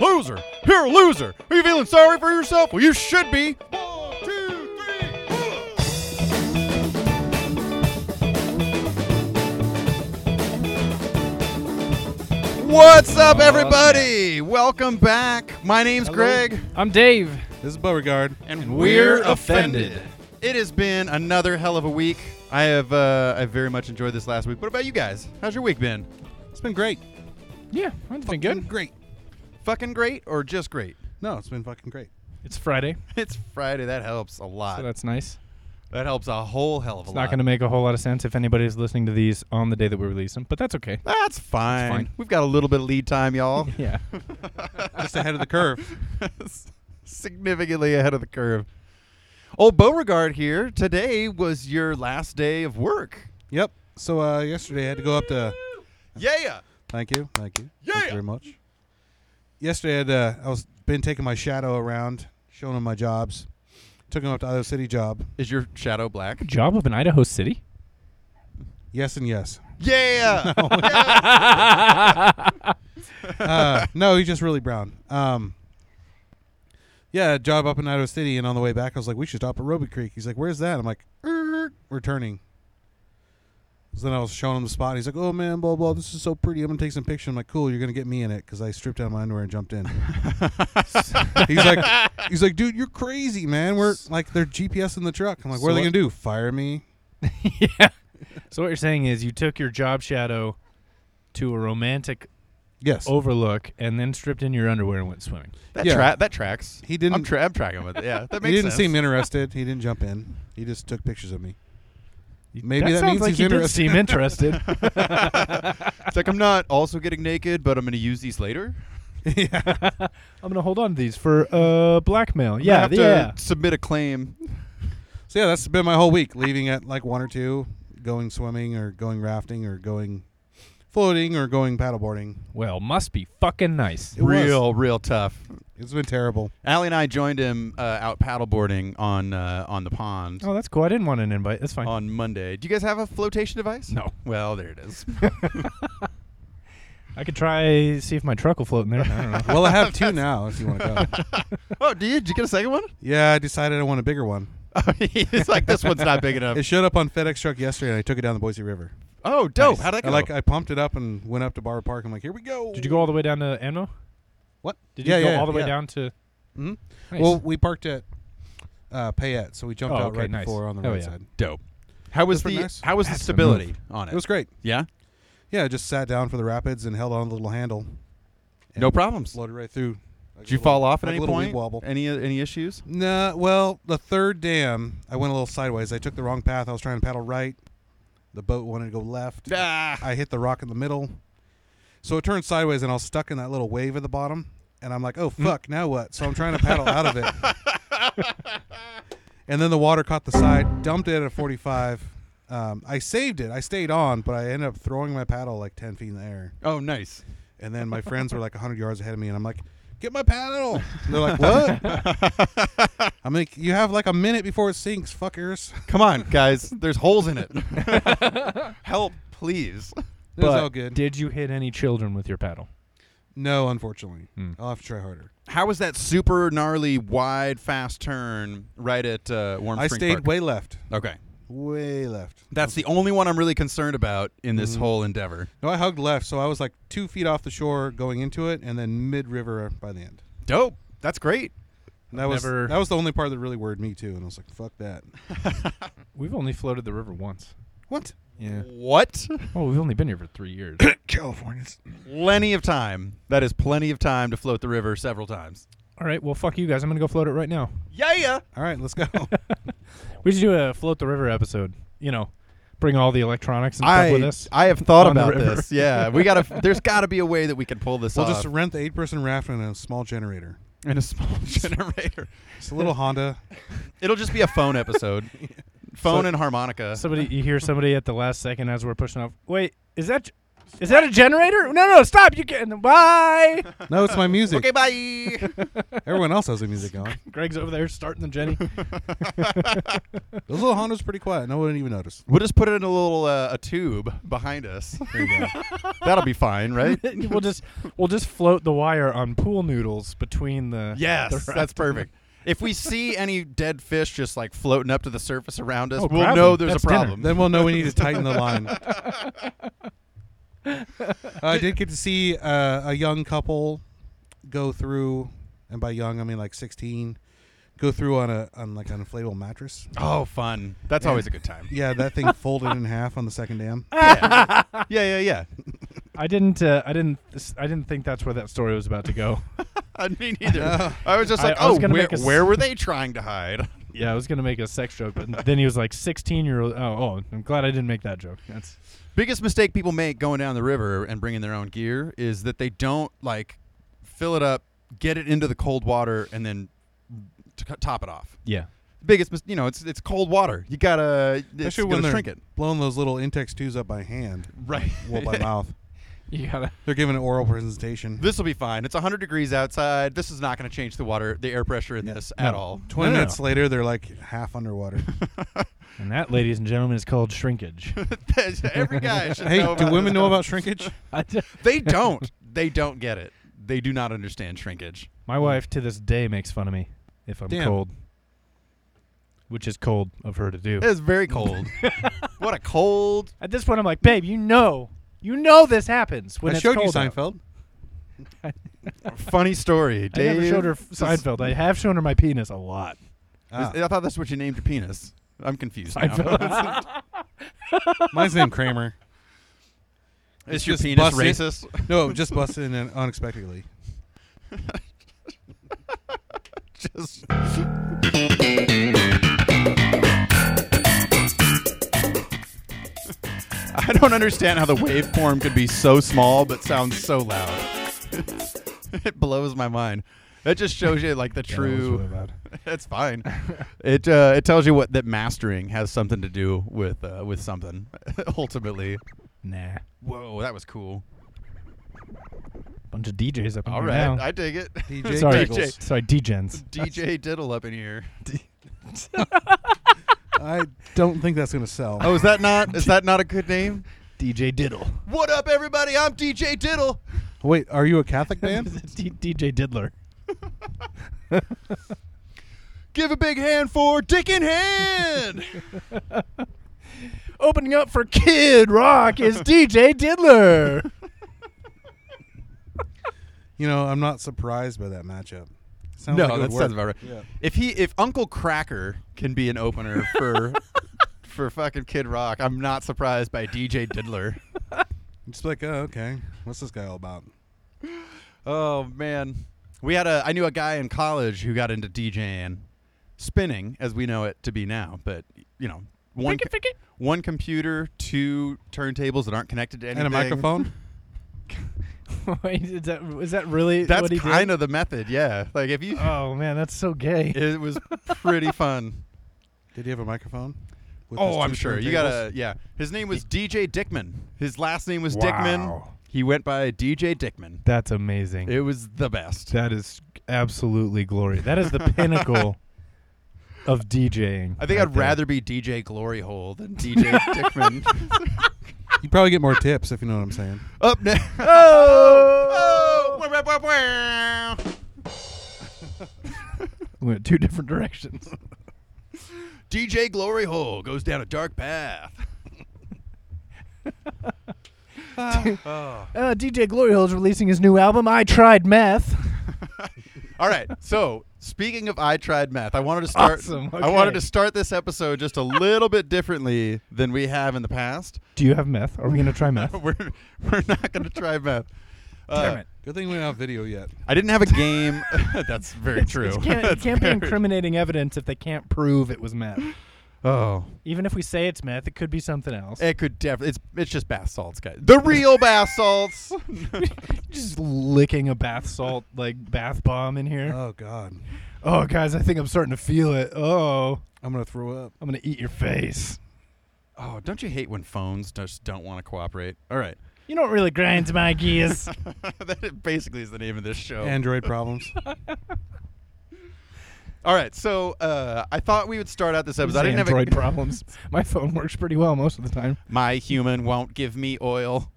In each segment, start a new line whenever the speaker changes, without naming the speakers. Loser! You're a loser! Are you feeling sorry for yourself? Well, you should be! One, two, three, pull up. What's up, everybody? Welcome back. My name's Greg.
I'm Dave.
This is Beauregard.
And
we're offended.
It has been another hell of a week. I have uh, I very much enjoyed this last week. What about you guys? How's your week been?
It's been great.
Yeah, mine's been good.
Great.
Fucking great or just great?
No, it's been fucking great.
It's Friday,
It's Friday. That helps a lot.
so that's nice.
that helps a whole hell of a
It's
lot.
not going to make a whole lot of sense if anybody's listening to these on the day that we release them, but that's okay.
That's fine.
fine.
We've got a little bit of lead time, y'all.
Yeah.
Just ahead of the curve.
Significantly ahead of the curve. Old Beauregard here. Today was your last day of work.
Yep. So uh, yesterday I had to go up to.
Yeah.
Thank you. Thank you. Thank
Yeah.
you very much. Yesterday I, had, uh, I was been taking my shadow around, showing him my jobs. Took him up to Iowa City job.
Is your shadow black?
Job of an Idaho city?
Yes and yes.
Yeah.
uh, no, he's just really brown. Um, yeah, job up in Idaho City, and on the way back, I was like, we should stop at Roby Creek. He's like, where's that? I'm like, "Er, we're turning. So then I was showing him the spot. and He's like, oh man, blah blah, this is so pretty. I'm gonna take some pictures. I'm like, cool, you're gonna get me in it because I stripped down my underwear and jumped in. he's like, he's like, dude, you're crazy, man. We're like, they're GPS in the truck. I'm like, what are
So
they
what-
gonna do? Fire me?
yeah. So what you're saying is you took your job shadow to a romantic
Yes.
Oh,
overlook and then stripped in your underwear and went swimming.
that,
Yeah.
tra- that tracks.
He didn't-
I'm, tra- I'm tracking with it. Yeah. That makes
he didn't
sense.
seem interested. He didn't jump in. He just took pictures of me.
You-
Maybe that
sounds
means
like
he's
you
interested.
did seem interested.
it's like I'm not also getting naked, but I'm going to use these later.
yeah.
I'm going to hold on to these for uh, blackmail.
I
Yeah,
have
yeah.
to submit a claim.
So yeah, that's been my whole week. Leaving at like one or two, going swimming or going rafting or going floating or going paddleboarding.
Well, must be fucking nice.
It was.
real, real tough.
It's been terrible.
Allie and I joined him uh, out paddleboarding on uh, on the pond
Oh, that's cool. I didn't want an invite. That's fine.
on Monday. Do you guys have a flotation device?
No.
Well, there it is.
Oh I could try see if my truck will float in there. I don't know.
Well, I have two now. If you want to go.
oh, do you? Did you get a second one?
Yeah, I decided I want a bigger one.
it's like this one's not big enough.
It showed up on FedEx truck yesterday, and I took it down the Boise River.
Oh, dope!
Nice.
How'd that
I
go?
like I pumped it up and went up to Barber Park. I'm like, here we go.
Did you go all the way down to Enmo?
What?
Did you
Yeah,
go
yeah,
all the way
yeah.
down to?
Mhm.
Nice.
Well, we parked at uh, Payette, so we jumped
Oh,
out
okay,
right
nice.
before on the
Hell
right
yeah.
side.
dope. How was
That's pretty
the
nice.
How was the
That's a
stability
move.
on it?
It was great.
yeah,
Yeah, I just sat down for the rapids and held on to the little handle. and
no problems.
Floated right through.
Did you fall off at
like a
any
little
point?
weed wobble.
Any any issues?
Nah, well, the third dam, I went a little sideways. I took the wrong path. I was trying to paddle right. The boat wanted to go left.
Ah.
I hit the rock in the middle. So it turned sideways, and I was stuck in that little wave at the bottom. And I'm like, oh, fuck, now what? So I'm trying to paddle out of it. and then the water caught the side, dumped it at 45. Um, I saved it. I stayed on, but I ended up throwing my paddle like 10 feet in the air.
Oh, nice.
And then my friends were like 100 yards ahead of me, and I'm like, get my paddle. And they're like, what? I'm like, you have like a minute before it sinks, fuckers.
Come on, guys. There's holes in it. Help, please.
It was
But
all good.
Did you hit any children with your paddle?
no, unfortunately.
Hmm.
I'll have to try harder.
How was that super gnarly wide fast turn right at uh, Warm
I
Spring
stayed
Park?
way left.
okay,
Way left.
that's the only one I'm really concerned about in this whole endeavor.
No, I hugged left, so I was like two feet off the shore going into it, and then mid river by the end.
Dope. That's great.
And that was
never-
that was the only part that really worried me too, and I was like, "Fuck that."
We've only floated the river once.
What?
Yeah.
What?
Oh, we've only been here for three years.
Californians.
plenty of time. That is plenty of time to float the river several times.
all right. Well, fuck you guys. I'm gonna go float it right now.
Yeah, yeah.
All right, let's go.
We should do a float the river episode. You know, bring all the electronics and stuff with
I
us.
I have thought
On the
about
river.
this. Yeah, we gotta. There's got to be a way that we can pull this
we'll
off
just
Uh,
rent the eight-person raft and a small generator.
in a small generator.
It's a little Honda.
It'll just be a phone episode. Phone
So-
and harmonica.
somebody, you hear somebody at the last second as we're pushing off. Wait, is that? j- Is that a generator? No, no, stop. You can. Bye.
No, it's my music.
Okay, bye.
Everyone else has their music on.
Greg's over there starting the Jenny.
Those little Honda's pretty quiet. No one even noticed.
We'll just put it in a little uh, a tube behind us.
There you go.
That'll be fine, right?
we'll just we'll just float the wire on pool noodles between the.
Yes,
the
that's perfect. If we see any dead fish just like floating up to the surface around us,
Oh,
we'll
grab
know
them.
there's
That's
a
dinner.
problem.
then we'll know we need to tighten the line. I did get to see uh, a young couple go through, and by young I mean like 16, go through on a on like an inflatable mattress.
Oh, fun! That's
Yeah.
always a good time.
Yeah, that thing folded in half on the second dam.
Yeah, yeah, yeah. yeah.
I didn't. Uh, I didn't. I didn't think that's where that story was about to go.
I Uh, Me neither. I was just
Uh, I-
like,
I was
oh,
gonna
where,
make a s-
where were they trying to hide?
yeah, I was gonna make a sex joke, but then he was like, "16 year old." Oh, oh, I'm glad I didn't make that joke. That's
Biggest mistake people make going down the river and bringing their own gear is that they don't like fill it up, get it into the cold water, and then t- top it off.
yeah.
Biggest, mis- you know, it's it's cold water. You gotta it's
Especially when
gonna
they're
shrink it.
blowing those little Intex twos up by hand,
Right.
well by mouth.
You gotta.
They're giving an oral presentation.
This will be fine. It's 100 degrees outside. This is not going to change the water, the air pressure in
Yeah.
this
No.
at all.
No,
20
no,
minutes later, they're like half underwater.
And that, ladies and gentlemen, is called shrinkage.
Every guy should
hey,
know
do
about
women
this
know
stuff.
about shrinkage?
I d-
They don't. they don't get it. They do not understand shrinkage.
My wife to this day makes fun of me if I'm
Damn.
cold, which is cold of her to do.
It is very cold. what a cold.
At this point, I'm like, babe, you know, you know this happens when
I
it's
showed you
cold out."
Seinfeld.
Funny story.
I never
Dave.
showed her f- Seinfeld. I have shown her my penis a lot.
Ah,
I thought that's what you named your penis. I'm confused. now.
Seinfeld.
mine's named Kramer.
is your
Just
penis
busted.
racist?
No, just busted in an- unexpectedly.
Just I don't understand how the waveform could be so small but sounds so loud. it blows my mind. That just shows you like the true. That's fine. It uh, it tells you what that mastering has something to do with uh, with something ultimately.
nah,
Whoa, that was cool.
bunch of DJs up in
All
here
right,
now.
I dig it.
DJ
sorry,
Diggles.
sorry, DJs.
DJ Diddle up in here.
I don't think that's going to sell.
Oh, is that not is that not a good name?
DJ Diddle.
What up, everybody? I'm DJ Diddle.
Wait, are you a Catholic band?
D- DJ Diddler.
Give a big hand for Dick in Hand.
Opening up for Kid Rock is DJ Diddler.
you know, I'm not surprised by that matchup. Sounds
no,
like it
that
would
sounds about
work.
right.
Yeah.
If he, if Uncle Cracker can be an opener for for fucking Kid Rock, I'm not surprised by DJ Diddler.
Just like, oh, okay. What's this guy all about?
oh man, we had a. I knew a guy in college who got into DJing, spinning as we know it to be now. But you know, one co- one computer, two turntables that aren't connected to anything,
And a microphone?
Wait, is that is that really
That's
what he
kind
did?
of the method. Yeah, like if you,
Oh man, that's so gay.
it was pretty fun.
Did he have a microphone? With his
Oh,
two
I'm sure. You
turntables?
gotta, yeah. His name was DJ Dickman. His last name was Dickman.
Wow.
He went by DJ Dickman.
That's amazing.
It was the best.
that is absolutely glorious. That is the pinnacle of DJing.
I think
right
I'd
there.
rather be DJ Gloryhole than DJ Dickman.
You probably get more tips if you know what I'm saying.
Up next.
Oh! We went two different directions.
DJ Gloryhole goes down a dark path. Oh.
Uh, DJ Gloryhole is releasing his new album. I tried meth.
All right. So speaking of I tried meth, I wanted to start.
Awesome,
I wanted to
okay.
start this episode just a little bit differently than we have in the past.
Do you have meth? Are we gonna try meth?
we're we're not going to try meth. Uh,
Damn it!
Good thing we don't have video yet.
I didn't have a game. That's very true.
It can't, it
That's
can't be
very-
incriminating evidence if they can't prove it was meth.
Oh,
Even if we say it's meth, it could be something else.
it could definitely. It's it's just bath salts, guys. The real bath salts.
Just licking a bath salt like bath bomb in here.
Uh.
Oh, God.
Oh, guys, I think I'm starting to feel it. Oh,
I'm going to throw up.
I'm gonna eat your face.
oh, don't you hate when phones just don't want to cooperate? All right.
You know what really grinds my gears?
that basically is the name of this show.
Android problems.
All right, so uh, I thought we would start out this episode. I didn't
Android
have a,
problems. My phone works pretty well most of the time.
my human won't give me oil.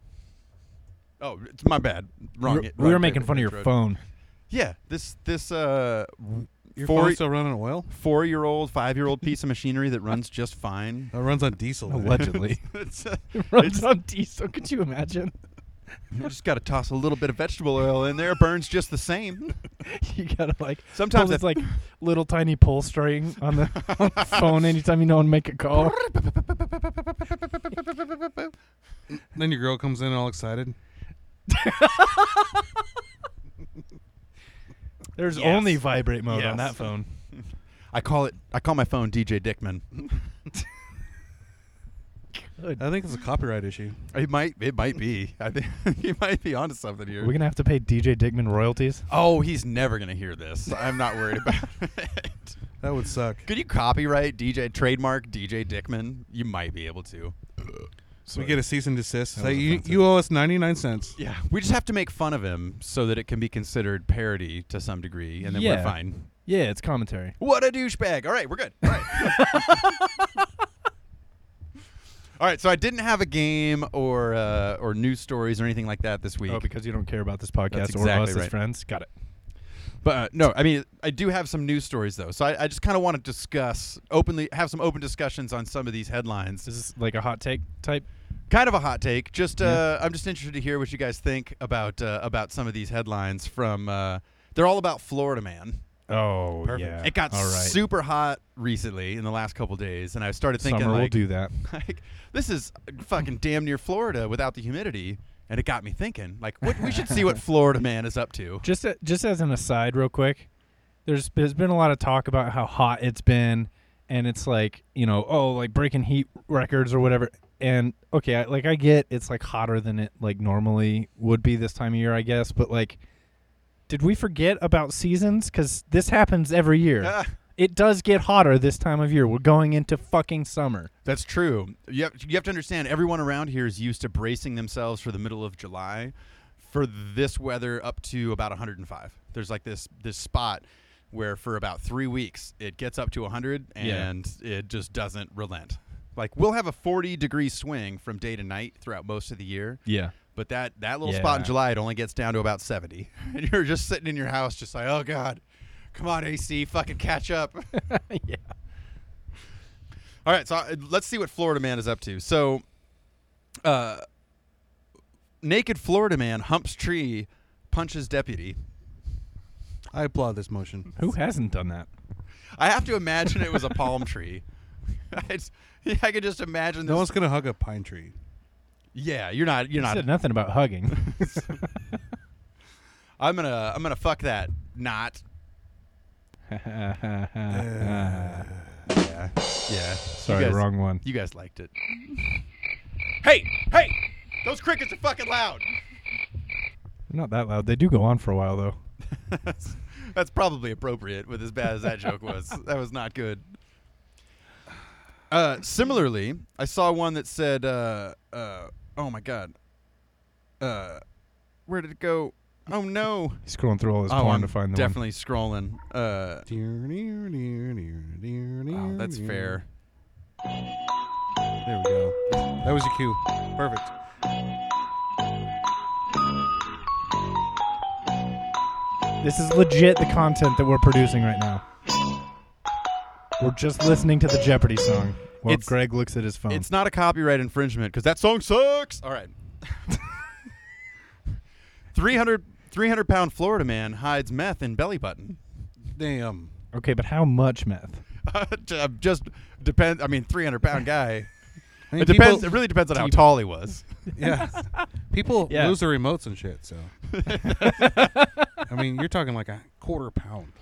Oh, it's my bad. Wrong.
we
wrong
were
type
making
of
fun of your
intro.
phone.
Yeah, this this uh,
Your
Four-
phone's still running on oil?
four year old, five year old piece of machinery that runs just fine.
It runs on diesel.
Allegedly.
It's, uh,
it runs on diesel. Could you imagine?
you just got to toss a little bit of vegetable oil in there. It burns just the same.
You gotta like
Sometimes
pull this
I-
like little tiny pull string on the, on the phone anytime you know and make a call.
Then your girl comes in all excited.
There's
Yes.
only vibrate mode
Yes.
on that phone.
I call it. I call my phone DJ Dickman.
I think it's a copyright issue.
It might. It might be. I think you might be onto something here.
We're gonna have to pay DJ Digman royalties.
oh, he's never gonna hear this. I'm not worried about it.
That would suck.
Could you copyright DJ trademark DJ Dickman? You might be able to.
So we get a cease and desist.
That
Say,
was
you,
offensive.
you owe us 99 cents.
Yeah, we just have to make fun of him so that it can be considered parody to some degree, and then we're
Yeah.
fine.
Yeah, it's commentary.
What a douchebag! All right, we're good. All right. All right, so I didn't have a game or uh, or news stories or anything like that this week.
Oh, because you don't care about this podcast
That's
or
exactly
us
right.
as friends. Got it.
But uh, no, I mean, I do have some news stories though. So I, I just kind of want to discuss openly, have some open discussions on some of these headlines.
Is this like a hot take type?
Kind of a hot take. Just uh, I'm just interested to hear what you guys think about uh, about some of these headlines. From uh, they're all about Florida man.
Oh
Perfect.
yeah.
It got
All right.
super hot recently in the last couple days, and I started thinking
Summer will
like,
do that.
like, this is fucking damn near Florida without the humidity. And it got me thinking, like, what, we should see what Florida man is up to.
Just a, just as an aside, real quick, there's there's been a lot of talk about how hot it's been, and it's like you know, oh, like breaking heat records or whatever. And okay, I, like I get it's like hotter than it like normally would be this time of year, I guess. But like, did we forget about seasons? Because this happens every year.
Ah,
It does get hotter this time of year. We're going into fucking summer.
that's true. You have, you have to understand, everyone around here is used to bracing themselves for the middle of July for this weather up to about 105. There's like this this spot where for about three weeks it gets up to 100
Yeah.
and it just doesn't relent. Like we'll have a 40 degree swing from day to night throughout most of the year.
Yeah.
But that that little spot in
Yeah.
July, it only gets down to about seventy, and you're just sitting in your house, just like, oh god, come on AC, fucking catch up.
yeah.
All right, so uh, let's see what Florida man is up to. So, uh, naked Florida man humps tree, punches deputy.
I applaud this motion.
Who hasn't done that?
I have to imagine it was a palm tree. I, just, I could just imagine this.
No one's going to hug a pine tree.
yeah, you're not. You're
You
not.
said nothing about hugging.
I'm gonna. I'm gonna fuck that. Not.
Uh,
Yeah. Yeah.
Sorry,
guys-
wrong one.
You guys liked it. hey, hey! Those crickets are fucking loud.
They're not that loud. They do go on for a while though.
that's, that's probably appropriate with as bad as that joke was. That was not good. Uh, similarly, I saw one that said, uh, uh, "Oh my god, uh, where did it go? Oh no!"
He's scrolling through all his
oh,
porn
I'm
to find the
definitely scrolling. Uh,
Oh,
wow, that's fair.
There we go. That was your cue. Perfect.
one. This is legit the content that we're producing right now. We're just listening to the Jeopardy song while
It's-
Greg looks at his
Oh.
phone.
It's not a copyright infringement because that song sucks. All right. 300, 300 pound Florida man hides meth in belly button.
Damn.
okay, but how much meth?
uh, Just depend. I mean, 300 pound guy.
I mean,
It depends.
people-
it really depends on how tall he was.
Yeah. People
Yeah.
lose their remotes and shit, so. I mean, you're talking like a quarter pound.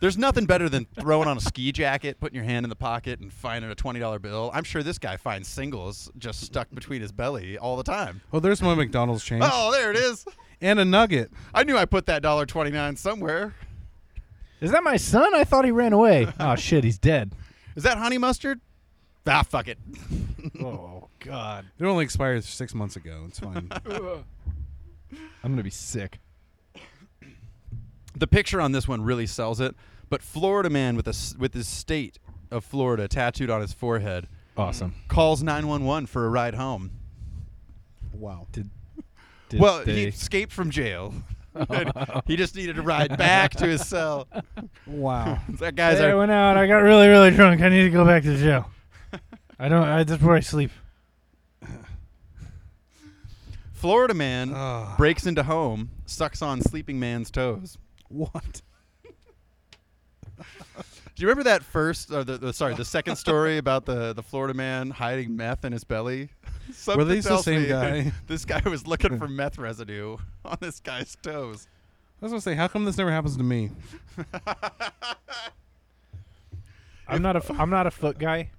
There's nothing better than throwing on a ski jacket, putting your hand in the pocket, and finding a $20 bill. I'm sure this guy finds singles just stuck between his belly all the time.
Well, Oh, there's my McDonald's change.
Oh, there it is.
And a nugget.
I knew I put that $1.29 somewhere.
Is that my son? I thought he ran away. oh shit, he's dead.
Is that honey mustard? Ah, fuck it.
Oh God.
It only expired six months ago. It's fine.
I'm gonna be sick.
the picture on this one really sells it. But Florida man with a s- with his state of Florida tattooed on his forehead
Awesome.
calls 911 for a ride home.
wow.
Did, did
well, he
they-
escaped from jail. And he just needed a ride back to his cell.
Wow.
That guy's
I
our,
went out. I got really, really drunk. I need to go back to the jail. I don't. I, that's where I sleep.
Florida man
Ah.
breaks into home, sucks on sleeping man's toes.
what?
Do you remember that first, or the, the sorry, the second story about the the Florida man hiding meth in his belly? Something
these the
tells
same
me
guy?
This guy was looking for meth residue on this guy's toes.
I was gonna say, how come this never happens to me?
I'm not a. f- I'm not a foot guy.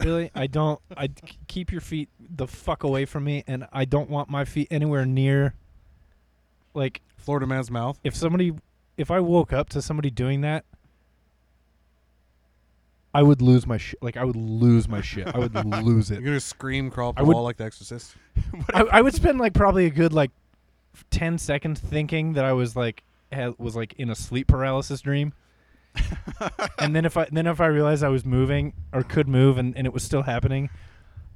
Really, I don't. I c- keep your feet the fuck away from me, and I don't want my feet anywhere near. Like
Florida man's mouth.
if somebody, if I woke up to somebody doing that, I would lose my shit. Like I would lose my shit. I would lose
You're
it.
gonna scream, crawl up
I
the
would-
wall like The Exorcist.
I, I would spend like probably a good like ten seconds thinking that I was like had, was like in a sleep paralysis dream. and then if I then if I realized I was moving or could move and, and it was still happening,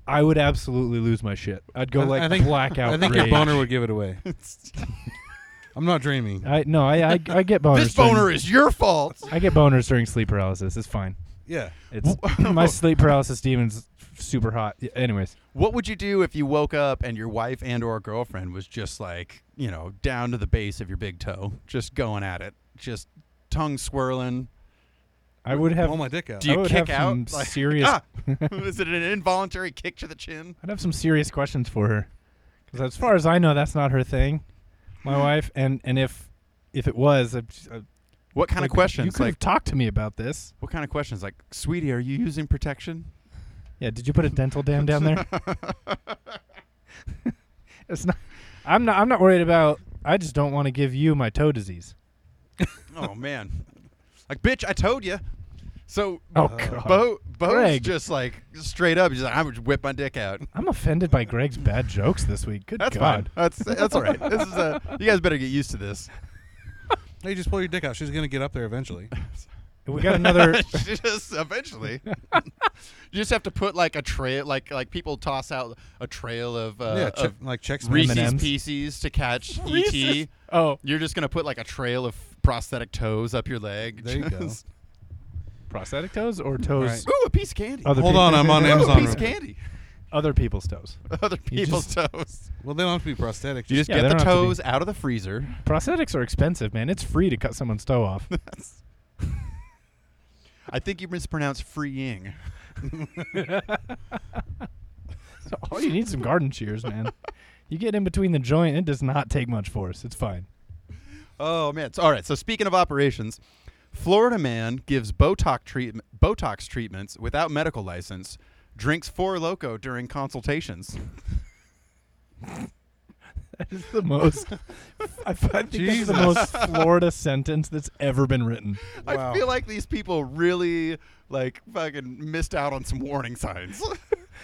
I would absolutely lose my shit. I'd go
I-
like
I think-
blackout.
I think
rage.
your boner would give it away. I'm not dreaming.
I no, I I, I get boners.
This boner
during-
is your fault.
I get boners during sleep paralysis. It's fine.
Yeah.
It's my sleep paralysis demon's super hot. Yeah, anyways,
What would you do if you woke up and your wife and or girlfriend was just like, you know, down to the base of your big toe, just going at it, just tongue swirling?
I would have
Pull my dick out.
Do you
I would
kick
have some
out? Like,
serious.
"Ah!" is it an involuntary kick to the chin?
I'd have some serious questions for her, because as far as I know, that's not her thing, my wife. And and if if it was, I, I,
What kind
like,
of questions?
You could
like,
have talked to me about this.
what kind of questions? Like, sweetie, are you using protection?
Yeah, did you put a dental dam down there? it's not. I'm not. I'm not worried about. I just don't want to give you my toe disease.
oh man, like, bitch, I told you. So,
Oh
Uh,
God!
Bo, Bo's
Greg.
just like straight up. He's like, I'm just whip my dick out.
I'm offended by Greg's bad jokes this week. Good
That's
God!
fine. Uh, That's that's all right. This is a. You guys better get used to this.
Hey, just pull your dick out. She's gonna get up there eventually.
We got another.
just eventually. you just have to put like a trail, like like people toss out a trail of
yeah,
uh,
che-
of
like checks.
Reese's
M&Ms.
Pieces to catch ET.
Reese's- oh,
You're just gonna put like a trail of prosthetic toes up your leg.
There you go.
Just-
prosthetic toes or toes?
Ooh, a piece of candy.
Other
Hold
peop-
on, I'm on
Ooh,
Amazon.
a piece of
real quick.
candy.
Other people's toes.
Other
You
people's toes.
Well, they don't have to be prosthetic.
You just
Yeah, they
get the
don't have to be-
toes out of the freezer.
Prosthetics are expensive, man. It's free to cut someone's toe off.
I think you mispronounced freeing.
All you need is some garden shears, man. You get in between the joint, it does not take much force. It's fine.
Oh man! So, all right. So speaking of operations, Florida man gives Botox treatment Botox treatments without medical license. Drinks four loco during consultations.
It's the most. I, f- I think that's the
Jesus.
most Florida sentence that's ever been written.
I feel like these people really like fucking missed out on some warning signs.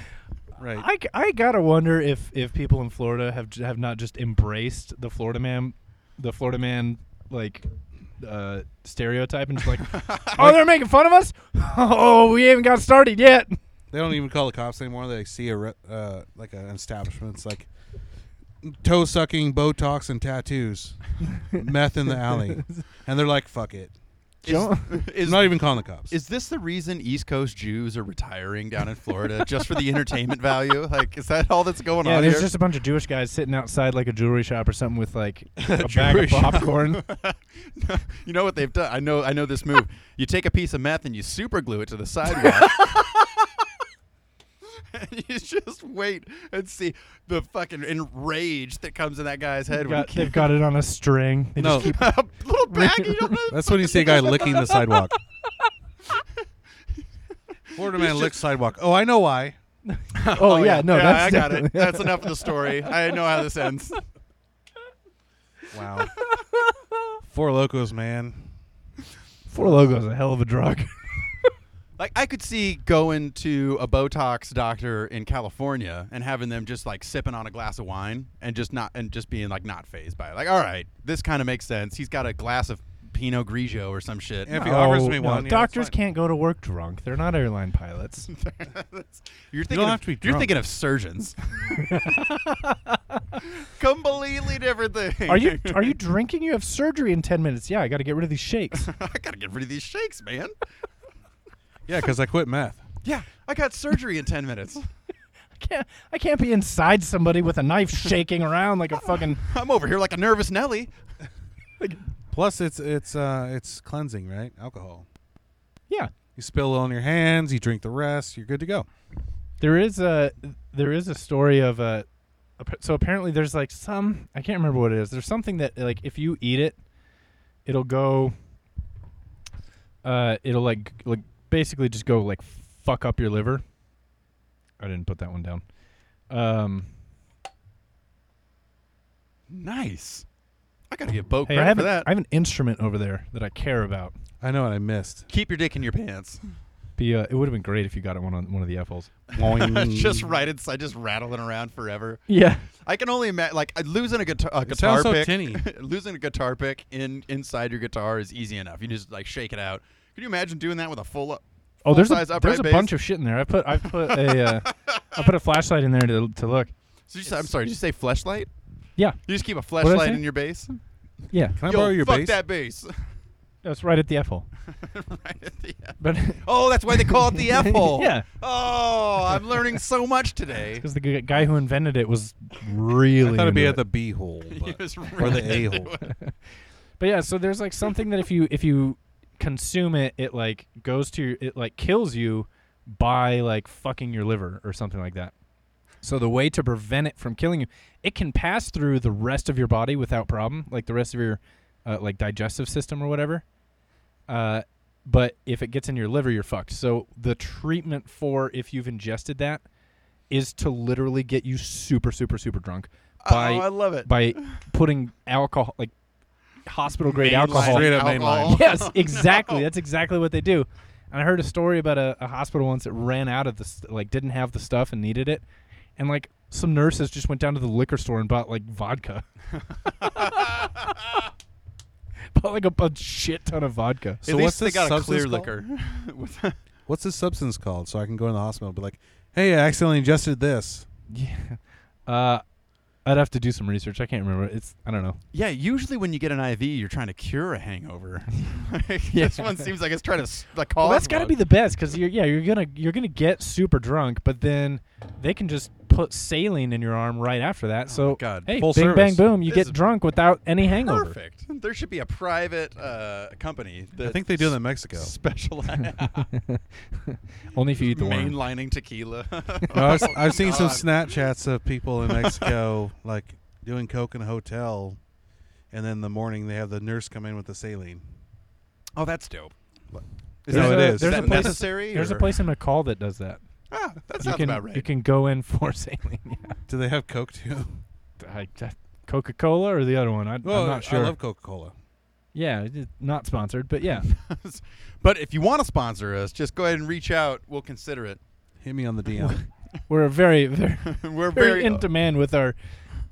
right.
I, I gotta wonder if if people in Florida have j- have not just embraced the Florida man, the Florida man like uh, stereotype and just like, oh, they're making fun of us. Oh, we haven't got started yet.
They don't even call the cops anymore. They see a re- uh, like an establishment. It's like toe sucking, Botox, and tattoos, meth in the alley, and they're like, "Fuck it."
is,
I'm
is,
not even calling the cops.
is this the reason East Coast Jews are retiring down in Florida just for the entertainment value? Like, is that all that's going
Yeah,
on
there's
here?
just a bunch of Jewish guys sitting outside like a jewelry shop or something with like a bag of
Jewish shop.
popcorn.
you know what they've done? I know. I know this move. you take a piece of meth and you super glue it to the sidewalk. and you just wait and see the fucking enrage that comes in that guy's head when
Got-
he
they've got it on a string. They
no,
just keep
a little baggy. You don't know.
that's when you see a guy licking the sidewalk. Florida man licks sidewalk. Oh, I know why.
Oh, yeah, no,
yeah,
that's
I got it.
definitely-
That's enough of the story. I know how this ends.
Wow. Four locos, man.
Four Locos, a hell of a drug.
Like I could see going to a Botox doctor in California and having them just like sipping on a glass of wine and just not and just being like not phased by it. Like, all right, this kind of makes sense. He's got a glass of Pinot Grigio or some shit.
And if he offers me
Oh, no,
one, yeah, it's
doctors
fine.
can't go to work drunk. They're not airline pilots.
You're thinking
don't
of,
have to be
you're
drunk.
thinking of surgeons. Completely different thing.
Are you are you drinking? You have surgery in ten minutes. Yeah, I got to get rid of these shakes.
I gotta get rid of these shakes, man.
Yeah, because I quit math.
Yeah, I got surgery in ten minutes.
I can't I can't be inside somebody with a knife shaking around like a fucking.
I'm over here like a nervous Nelly.
Plus, it's it's uh it's cleansing, right? Alcohol.
Yeah,
You spill it on your hands. You drink the rest. You're good to go.
There is a there is a story of a appa- so apparently there's like some I can't remember what it is. There's something that like if you eat it, it'll go. Uh, it'll like g- like basically just go like fuck up your liver. I didn't put that one down. Um,
Nice. I gotta give Bo
hey, I
credit
have
Oh, for
an-
that.
I have an instrument over there that I care about.
I know what I missed.
Keep your dick in your pants.
Be uh, it would have been great if you got it one on one of the F's.
just right inside, just rattling around forever.
Yeah,
I can only imagine, like I- losing a guitar, a
It
guitar
sounds so
pick,
tinny.
losing a guitar pick in inside your guitar is easy enough. You just like shake it out. Can you imagine doing that with a full up?
Oh, there's a,
full-size upright
there's a
bass?
bunch of shit in there. I put I put a uh, I put a flashlight in there to to look.
So you just, I'm sorry, did you say fleshlight?
Yeah,
You just keep a
did I
fleshlight
say?
in your bass.
yeah,
Can I
Yo,
borrow your
fuck
bass?
that bass.
that's right at the F hole.
right at the end.
But
Oh, that's why they call it the F hole.
Yeah.
Oh, I'm learning so much today.
because the g- guy who invented it was really.
I thought it'd be
into
at the B hole,
It was
or
really
the A hole.
But yeah, so there's like something that if you if you consume it, it like goes to your, it like kills you by like fucking your liver or something like that. So the way to prevent it from killing you, it can pass through the rest of your body without problem, like the rest of your uh, like digestive system or whatever. Uh, but if it gets in your liver, you're fucked. So the treatment for if you've ingested that is to literally get you super super super drunk
Oh,
by
I love it.
by putting alcohol like hospital grade
Mainline
alcohol.
Straight up mainline.
Yes, exactly.
No.
That's exactly what they do. And I heard a story about a, a hospital once that ran out of this like didn't have the stuff and needed it. And like some nurses just went down to the liquor store and bought like vodka. bought like a, a shit ton of vodka.
So
At least
what's
they
this
got a clear
substance called?
liquor. With-
What's this substance called? So I can go in the hospital and be like, "Hey, I accidentally ingested this."
Yeah. Uh I'd have to do some research. I can't remember. It's I don't know.
yeah, usually when you get an IV, you're trying to cure a hangover. Like, This one seems like it's trying to s- like cause.
Well, that's got to
one.
be the best because you're yeah you're gonna you're gonna get super drunk, but then they can just put saline in your arm right after that. so
Oh God.
hey,
Full
bing bang
service.
boom, you
This is
get drunk without any hangover.
perfect. There should be a private uh, company. That
I think they do that in Mexico.
specialize
Only if you eat the worm.
mainlining tequila. Oh
No, I've, Oh, I've seen some
God.
Snapchats of people in Mexico like doing coke in a hotel, and then in the morning they have the nurse come in with the saline.
oh, that's dope.
There's
no, it
a-
is.
there's
is
a
that
place-
necessary?
There's a
or-
place in McCall that does that.
Ah, that
you
sounds
can
about right.
you can go in for saline. Yeah.
Do they have coke too?
I, Coca Cola or the other one? I,
Well,
I'm not sure.
Oh, I love Coca Cola.
yeah, it's not sponsored, but yeah.
but if you want to sponsor us, just go ahead and reach out. We'll consider it.
Hit me on the DM.
We're very very,
We're
very
very
in demand with our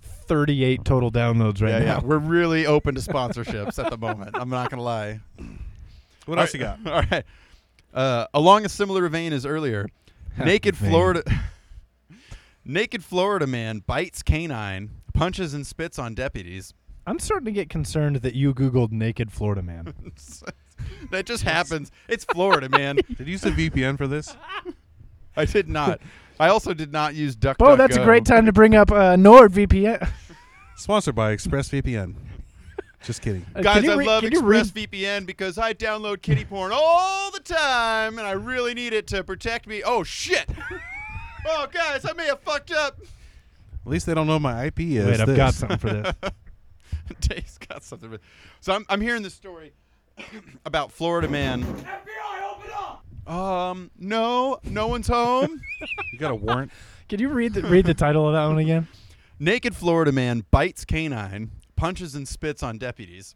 38 total downloads right
yeah,
now.
yeah. We're really open to sponsorships at the moment. I'm not gonna lie.
what
All
else you
right-
got?
All right. Uh, along a similar vein as earlier, naked
Vein.
Florida, naked Florida man bites canine, punches and spits on deputies.
I'm starting to get concerned that you Googled naked Florida man.
that just happens. It's Florida, man.
Did you use a VPN for this?
I did not. I also did not use duck.
Oh, that's a great time to bring up uh, NordVPN.
Sponsored by ExpressVPN. Just kidding.
Guys,
Uh, can you
I
re-
love
can you read-
ExpressVPN because I download kitty porn all the time, and I really need it to protect me. Oh shit! oh guys, I may have fucked up.
At least they don't know my IP is.
Wait, I've
this.
got something for this.
Dave's got something. with- So I'm, I'm hearing this story about Florida man. FBI, open up! Um, no, no one's home.
You got a warrant?
Can you read the, read the title of that one again?
Naked Florida man bites canine, punches and spits on deputies.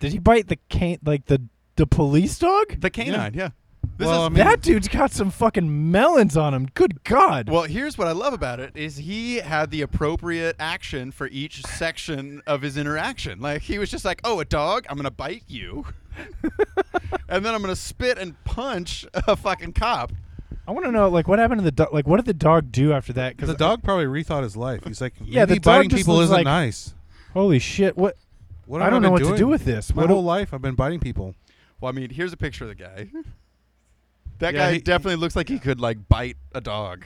Did he bite the can like the the police dog?
The canine, yeah. This
Well,
is
I mean-
that dude's got some fucking melons on him. Good God.
Well, here's what I love about it is he had the appropriate action for each section of his interaction. Like he was just like, "Oh, a dog, I'm going to bite you." and then I'm going to spit and punch a fucking cop.
I want to know, like, what happened to the dog? Like, what did the dog do after that?
The
Because
dog probably rethought his life. He's like,
Yeah, the
maybe
dog
biting
just
people
was
isn't
like-
nice.
holy shit, what?
What
I
have
don't
been
know what to
doing?
do with this.
My
What do-
whole life, I've been biting people.
Well, I mean, here's a picture of the guy. That
Yeah,
guy
he-
definitely looks like he could like bite a dog.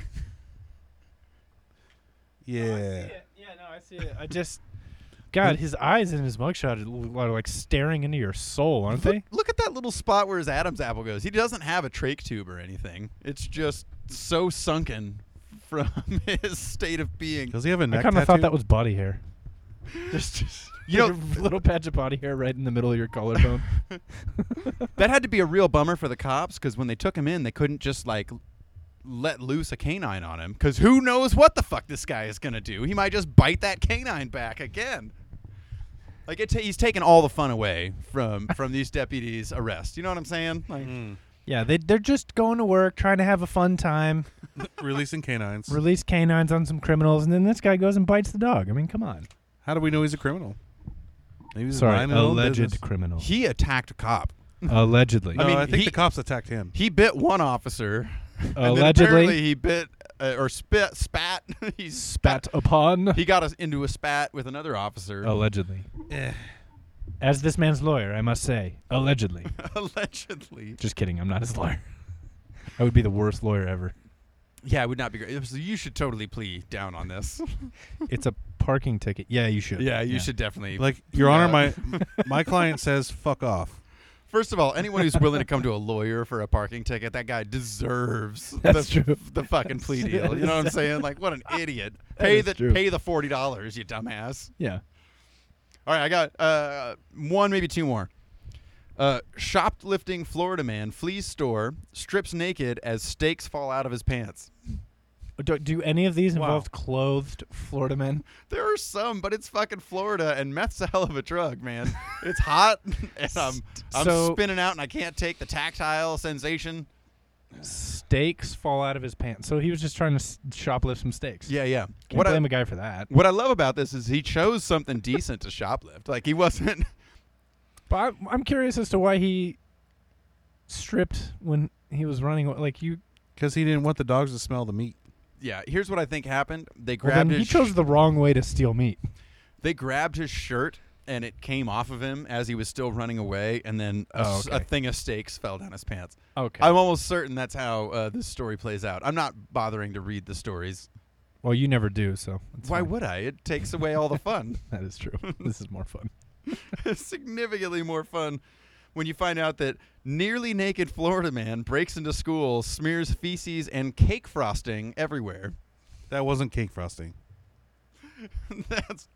Yeah.
Yeah, no, I see it. I just. God, his eyes in his mugshot are like staring into your soul, aren't they?
Look at that little spot where his Adam's apple goes. He doesn't have a trach tube or anything. It's just so sunken from his state of being.
Does he have a neck
I kind of thought
tattoo?
that was body hair. Just,
You
you
know-
know, little patch of body hair right in the middle of your collarbone.
That had to be a real bummer for the cops because when they took him in, they couldn't just like let loose a canine on him because who knows what the fuck this guy is gonna do? He might just bite that canine back again. Like it ta- he's taking all the fun away from from these deputies' arrest. You know what I'm saying? Like,
Mm.
yeah, they they're just going to work, trying to have a fun time,
Releasing canines.
release canines on some criminals, and then this guy goes and bites the dog. I mean, come on.
How do we know he's a criminal? Maybe he's
Sorry,
minding his own
alleged
business.
criminal.
He attacked a cop.
Allegedly,
No,
mean,
I think
he-
the cops attacked him.
He bit one officer. And then
Allegedly.
apparently he bit uh, or spit spat. he
spat Oh. upon.
He got us into a spat with another officer.
Allegedly,
Eh.
as this man's lawyer, I must say, allegedly.
Allegedly.
just kidding, I'm not his lawyer. I would be the worst lawyer ever.
Yeah, it would not be great. So you should totally plea down on this.
It's a parking ticket. Yeah, you should.
Yeah, you should definitely.
Like, Your Honor,
Yeah.
my my client says, fuck off.
First of all, anyone who's willing to come to a lawyer for a parking ticket, that guy deserves
That's
the,
true.
the fucking plea
That's-
deal. You know what I'm saying? Like, what an idiot! Pay
is
the
true.
pay the forty dollars, you dumbass.
Yeah.
All right, I got uh, one, maybe two more. Uh, shoplifting Florida man flees store, strips naked as steaks fall out of his pants.
Oh, Do, do any of these
Wow.
involve clothed Florida men?
There are some, but it's fucking Florida, and meth's a hell of a drug, man. It's hot, and um, I'm I'm
So-
spinning out, and I can't take the tactile sensation.
Steaks fall out of his pants. So he was just trying to s- shoplift some steaks.
Yeah, yeah.
Can't
what
blame
I
a guy for that.
what I love about this is he chose something decent to shoplift. Like he wasn't.
But I'm, I'm curious as to why he stripped when he was running. aw- Like you,
Because he didn't want the dogs to smell the meat.
Yeah, here's what I think happened. They
well,
grabbed
then he
his
chose the wrong way to steal meat.
they grabbed his shirt and it came off of him as he was still running away, and then a,
Oh,
s- a
okay.
thing of steaks fell down his pants.
Okay.
I'm almost certain that's how uh, this story plays out. I'm not bothering to read the stories.
well, you never do, so it's
Why
fine.
would I? It takes away all the fun.
that is true. this is more fun.
It's significantly more fun when you find out that nearly naked Florida man breaks into school, smears feces and cake frosting everywhere.
That wasn't cake frosting.
that's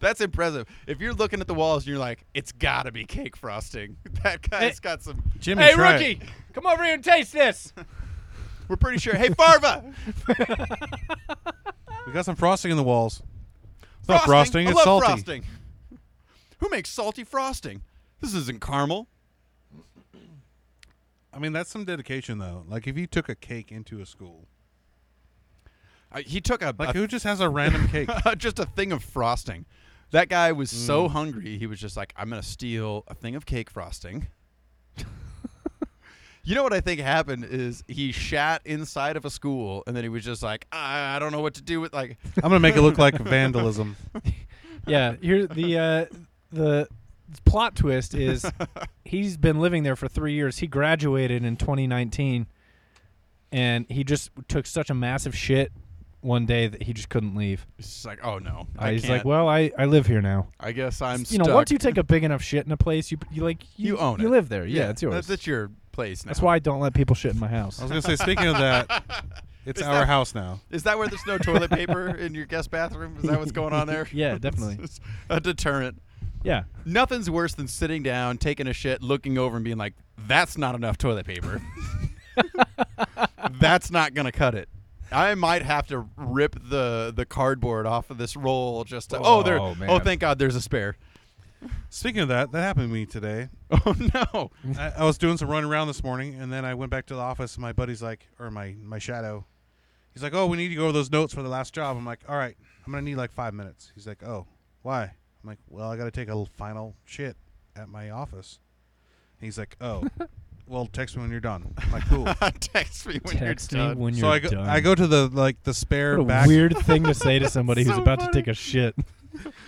that's impressive. If you're looking at the walls and you're like, it's got to be cake frosting. That guy's
Eh.
got some.
Jimmy,
hey,
try
rookie,
it.
come over here and taste this.
We're pretty sure. Hey, Farva,
We got some frosting in the walls. It's not frosting,
I
it's
love
salty.
frosting. Who makes salty frosting? This isn't caramel.
I mean, that's some dedication, though. Like, if you took a cake into a school,
Uh, he took a,
like,
a-
who just has a random cake?
just a thing of frosting. That guy was
Mm.
so hungry, he was just like, I'm going to steal a thing of cake frosting. you know what I think happened is he shat inside of a school, and then he was just like, I, I don't know what to do with, like,
I'm gonna make it look like vandalism.
yeah, here the uh, the plot twist is he's been living there for three years. He graduated in 2019, and he just took such a massive shit one day that he just couldn't leave.
it's just like, oh no.
Uh,
I
he's
can't.
like, "Well, I, I live here now."
I guess I'm
you know, once you take a big enough shit in a place, you you like you,
You own
you
it.
live there. Yeah, it's yours.
That's,
That's,
that's your place now.
why I don't let people shit in my
I
house.
was gonna say, speaking of that, it's
Is
our
that-
house now.
Is that where there's no toilet paper in your guest bathroom? Is that what's going on there?
Yeah, definitely.
It's a deterrent.
Yeah,
Nothing's worse than sitting down, taking a shit, looking over, and being like, "That's not enough toilet paper. That's not gonna cut it." I might have to rip the the cardboard off of this roll just to. Oh, there.
Oh,
Oh,
man.
thank God, there's a spare.
Speaking of that, that happened to me today.
Oh no!
I, I was doing some running around this morning, and then I went back to the office. And my buddy's like, or my my shadow, he's like, "Oh, we need to go over those notes for the last job." I'm like, "All right, I'm gonna need like five minutes." He's like, "Oh, why?" I'm like, "Well, I gotta take a l- final shit at my office." He's like, "Oh, well, text me when you're done." I'm like, "Cool."
Text me when
Text
you're
me
done.
when
so
you're
I go,
done.
I go to the like the spare
what a
back.
weird thing to say to somebody who's
So
about
funny.
to take a shit.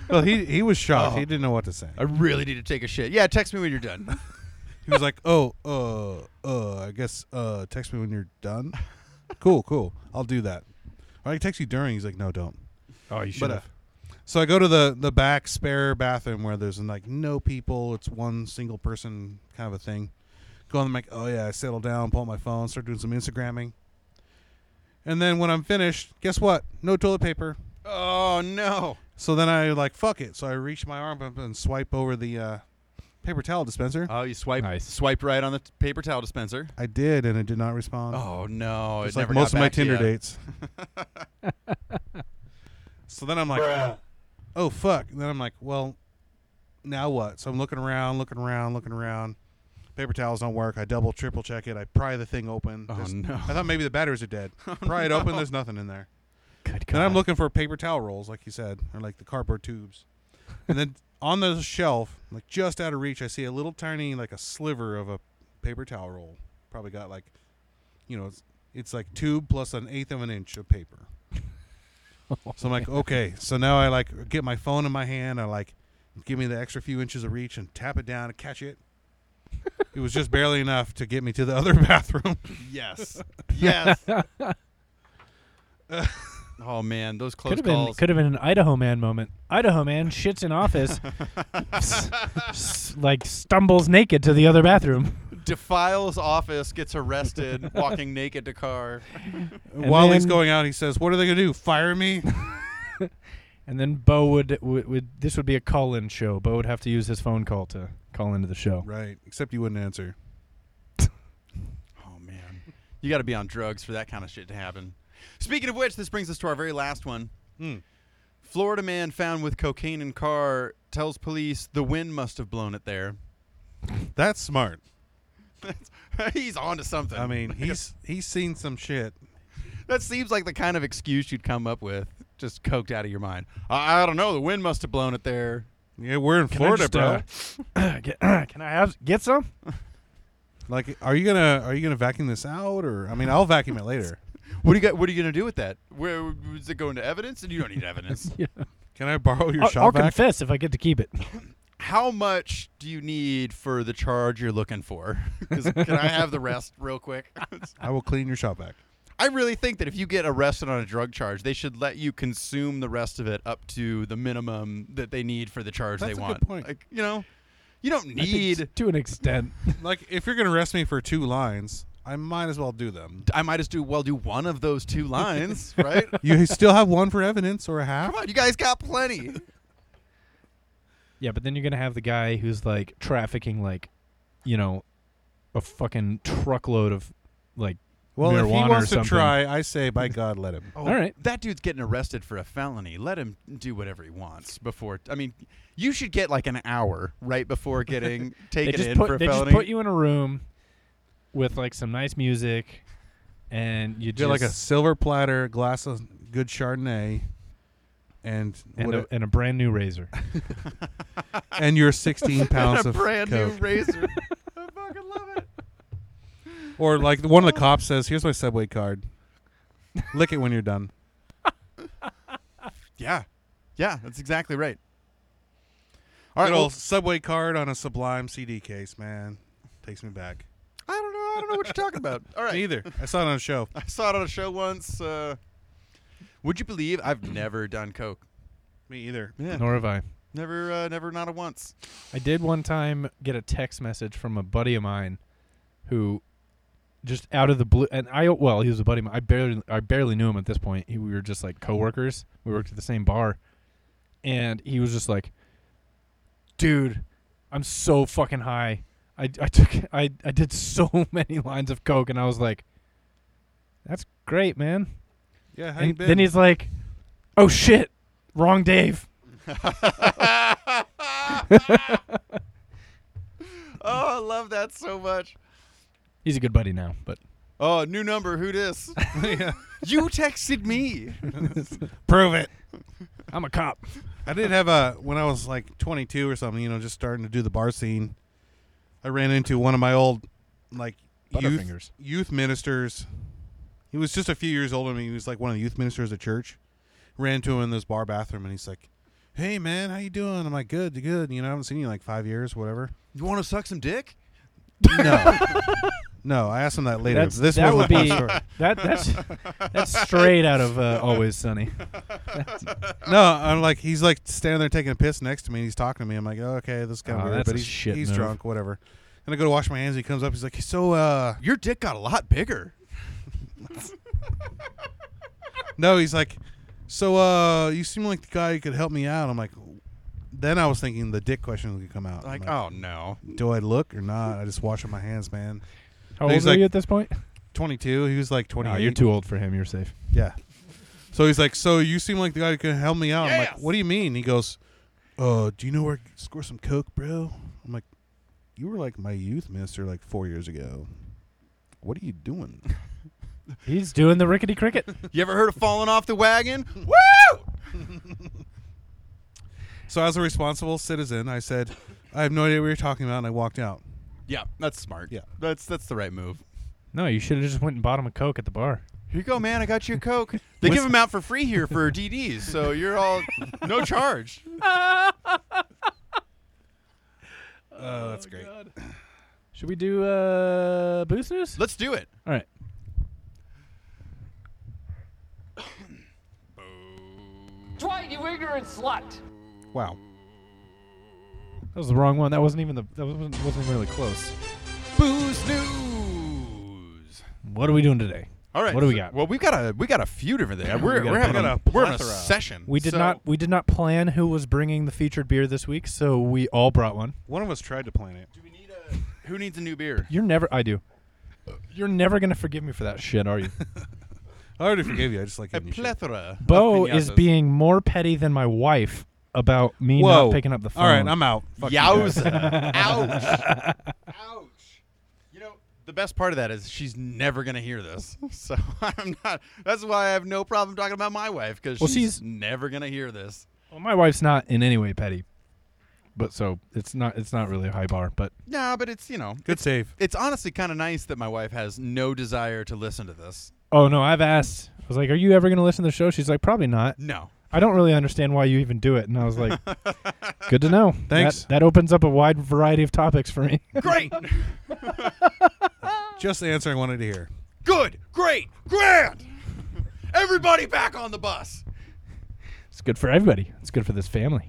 Well, he he was shocked.
Oh.
He didn't know what to say.
I really need to take a shit. Yeah, text me when you're done.
He was like, "Oh, uh, uh, I guess uh, text me when you're done." cool, cool. I'll do that. Or I can text you during. He's like, "No, don't."
Oh, you
But, uh, so I go to the the back spare bathroom where there's like no people. It's one single person kind of a thing. Go in I'm like, "Oh yeah," I settle down, pull out my phone, start doing some Instagramming. And then when I'm finished, guess what? No toilet paper.
oh no!
So then I like fuck it. So I reach my arm up and swipe over the uh, paper towel dispenser.
Oh, you swipe
Nice.
swipe right on the t- paper towel dispenser.
I did, and it did not respond.
Oh no!
It's
it
like
never got
most of my
back to
Tinder
ya.
dates. so then I'm like, oh fuck. And then I'm like, well, now what? So I'm looking around, looking around, looking around. Paper towels don't work. I double, triple check it. I pry the thing open.
Oh
There's-
no! Oh,
I thought maybe the batteries are dead. pry it open. There's nothing in there.
Good
Then I'm
God.
looking for paper towel rolls, like you said, or like the cardboard tubes. and then on the shelf, like just out of reach, I see a little tiny, like a sliver of a paper towel roll. Probably got like, you know, it's, it's like tube plus an eighth of an inch of paper. so I'm like, okay. So now I like get my phone in my hand. I like give me the extra few inches of reach and tap it down and catch it. it was just barely enough to get me to the other bathroom.
Yes. Yes. oh man, those close
Could have been
calls.
could have been an Idaho man moment. Idaho man shits in office, s- s- like stumbles naked to the other bathroom.
Defiles office, gets arrested, walking naked to car.
While he's
then-
going out, he says, "What are they gonna do? Fire me?"
And then Bo would, would would this would be a call in show. Bo would have to use his phone call to call into the show.
right. Except you wouldn't answer.
Oh man, you got to be on drugs for that kind of shit to happen. Speaking of which, this brings us to our very last one.
Hmm.
Florida man found with cocaine in car tells police the wind must have blown it there.
That's smart.
he's on to something.
I mean, he's he's seen some shit.
that seems like the kind of excuse you'd come up with, just coked out of your mind. I, I don't know. The wind must have blown it there.
Yeah, we're in
Can I
Florida,
just,
bro.
uh, get- can I have get some?
like, are you gonna are you gonna vacuum this out, or I mean, I'll vacuum it later.
What do you got? What are you gonna do with that? Where is it going to evidence? And you don't need evidence.
Can I borrow your
I'll,
shop
I'll
vac?
confess if I get to keep it.
How much do you need for the charge you're looking for? 'Cause can I have the rest real quick?
I will clean your shop vac.
I really think that if you get arrested on a drug charge, they should let you consume the rest of it up to the minimum that they need for the charge
That's a
they
good
want.
point.
Like, you know, you don't
I think
need.
s- to an extent.
Like, if you're gonna arrest me for two lines, I might as well do them.
I might as do well do one of those two lines, right?
You still have one for evidence or a half.
Come on, you guys got plenty.
Yeah, but then you're gonna have the guy who's like trafficking like, you know, a fucking truckload of like
Well, if he
marijuana or
wants to
something.
try, I say, by God, let him.
Oh,
All right.
That dude's getting arrested for a felony. Let him do whatever he wants before. I mean, you should get like an hour right before getting
they
taken
just
in
put
for a
they
felony.
just put you in a room with like some nice music, and you
Get
just
like a silver platter, glass of good Chardonnay, and
and
what
a, and a brand new razor.
and your 16 pounds
a
of
brand
coke.
new razor. I fucking love it.
Or like one of the cops says, "Here's my subway card. Lick it when you're done."
Yeah, yeah, that's exactly right. All right,
Good
well,
old subway card on a Sublime CD case, man, takes me back.
I don't know. I don't know what you're talking about. All right,
Neither. I saw it on a show.
I saw it on a show once. Uh, would you believe I've never done coke?
Me either.
Yeah,
Nor have I.
never, uh, never, not a once.
I did one time get a text message from a buddy of mine, who, just out of the blue, and I well he was a buddy. Of mine. I barely I barely knew him at this point. He, we were just like coworkers. We worked at the same bar, and he was just like, "Dude, I'm so fucking high. I I took I I did so many lines of coke, and I was like, that's great, man.
Yeah. How you
And
been?
then he's like, "Oh shit, wrong Dave."
Oh, I love that so much.
He's a good buddy now, but
Oh, new number. Who dis?
yeah.
you texted me.
Prove it.
I'm a cop.
I did have a when I was like 22 or something, you know, just starting to do the bar scene. I ran into one of my old like youth
Butterfingers.
youth ministers. He was just a few years older than me. He was like one of the youth ministers at church. Ran into him in this bar bathroom, and he's like, "Hey, man, how you doing?" I'm like, "Good, good." You know, I haven't seen you in like five years, whatever.
You want to suck some dick?
No, no. I asked him that later.
That's-
this
that
was
would
my
be-
story.
That that's that's straight out of uh, Always Sunny.
No, I'm like he's like standing there taking a piss next to me and he's talking to me. I'm like, oh, okay, this is kind
Oh,
of weird,
that's
but
a
he's
shit
he's
move.
drunk, whatever. And I go to wash my hands. He comes up. He's like, so uh,
Your dick got a lot bigger.
no, he's like, so uh, you seem like the guy who could help me out. I'm like, then I was thinking the dick question would come out. I'm
Like, oh no.
do I look or not? I just wash my hands, man.
How old
He's
are
like-
you at this point?
22. He was like 28.
No, you're too old for him. You're safe.
Yeah. So he's like, so you seem like the guy who can help me out. I'm like,
Yes.
what do you mean? He goes, uh, do you know where I can score some coke, bro? I'm like, you were like my youth minister like four years ago. What are you doing?
He's doing the rickety cricket.
You ever heard of falling off the wagon? Woo!
so as a responsible citizen, I said, I have no idea what you're talking about, and I walked out.
Yeah, that's smart.
Yeah.
that's that's the right move.
No, you should have just went and bought him a coke at the bar.
Here you go, man. I got you a Coke. They give them out for free here for DDs, so you're all no charge.
Oh, that's great.
Should we do uh, booth news?
Let's do it.
All right.
Dwight, you ignorant slut!
Wow.
That was the wrong one. That wasn't even the. That wasn't, wasn't really close.
Booze news.
What are we doing today?
All right.
What do we
so-
got?
Well, we've got a we got a few different things. We're,
We got
we are
a
having a
plethora.
we're in a session.
We did
So-
not. We did not plan who was bringing the featured beer this week, so we all brought one.
One of us tried to plan it.
Do we need a? Who needs a new beer?
You're never. I do. You're never gonna forgive me for that shit, are you?
I already forgave you. I just like
A
giving you shit.
plethora. of
Bo is
piñatas.
being more petty than my wife about me
Whoa.
not picking up the phone.
All right, I'm out. Fuck you guys.
Yowza! Ouch! Ouch! You know the best part of that is she's never gonna hear this, so I'm not. That's why I have no problem talking about my wife because
Well,
she's,
she's-
never gonna hear this.
Well, my wife's not in any way petty, but so it's not. It's not really a high bar, but
No, but it's you know
Good save.
it's honestly kind of nice that my wife has no desire to listen to this.
Oh no, I've asked. I was like, "Are you ever going to listen to the show?" She's like, "Probably not."
No.
I don't really understand why you even do it. And I was like, "Good to know.
Thanks.
That, that opens up a wide variety of topics for me.
Great.
Just the answer I wanted to hear.
Good. Great. Grand. Everybody back on the bus.
it's good for everybody. It's good for this family.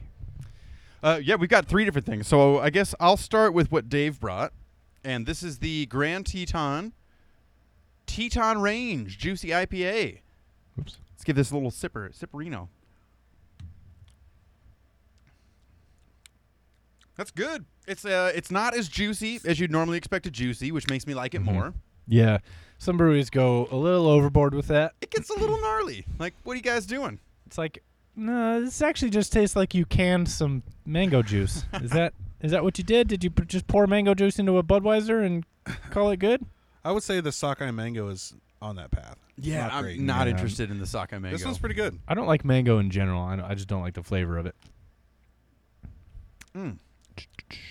Uh, yeah, we've got three different things. So I guess I'll start with what Dave brought, and this is the Grand Teton Teton Range Juicy IPA.
Oops.
Let's give this a little sipper, sipperino. That's good. It's uh, it's not as juicy as you'd normally expect a juicy, which makes me like it more.
Yeah, some breweries go a little overboard with that.
It gets a little gnarly. Like, what are you guys doing?
It's like, no, this actually just tastes like you canned some mango juice. is that is that what you did? Did you p- just pour mango juice into a Budweiser and call it good?
I would say the sockeye mango is on that path.
Yeah,
Not
I'm
great.
not
Yeah.
interested in the sockeye mango.
This one's pretty good.
I don't like mango in general. I, don't- I just don't like the flavor of it.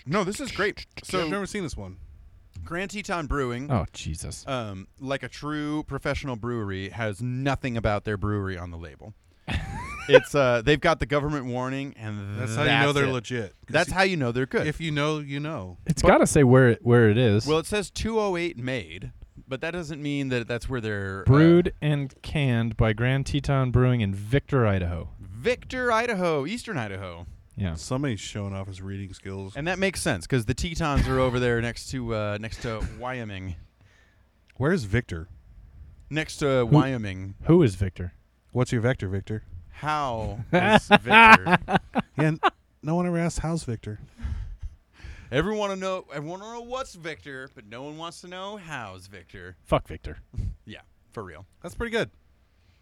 no, this is great.
So I've
So
never seen this one.
Grand Teton Brewing.
Oh Jesus!
um, like a true professional brewery, has nothing about their brewery on the label. it's uh, they've got the government warning, and
That's how you know they're
it.
legit. 'Cause
That's
you-
how you know they're good.
If you know, you know.
It's got to say where it, where it is.
well, it says 208 made, but that doesn't mean that that's where they're uh,
Brewed and canned by Grand Teton Brewing in Victor, Idaho.
Victor, Idaho, Eastern Idaho,
Yeah.
Somebody's showing off his reading skills.
and that makes sense because the Tetons are over there next to uh, next to Wyoming,
Where's Victor?
next to Wyoming.
Who is Victor?
What's your vector, Victor?
How is Victor?
Yeah, n- no one ever asked how's Victor.
Everyone to know. Everyone wanna know what's Victor, but no one wants to know how's Victor.
Fuck Victor.
Yeah, for real.
That's pretty good.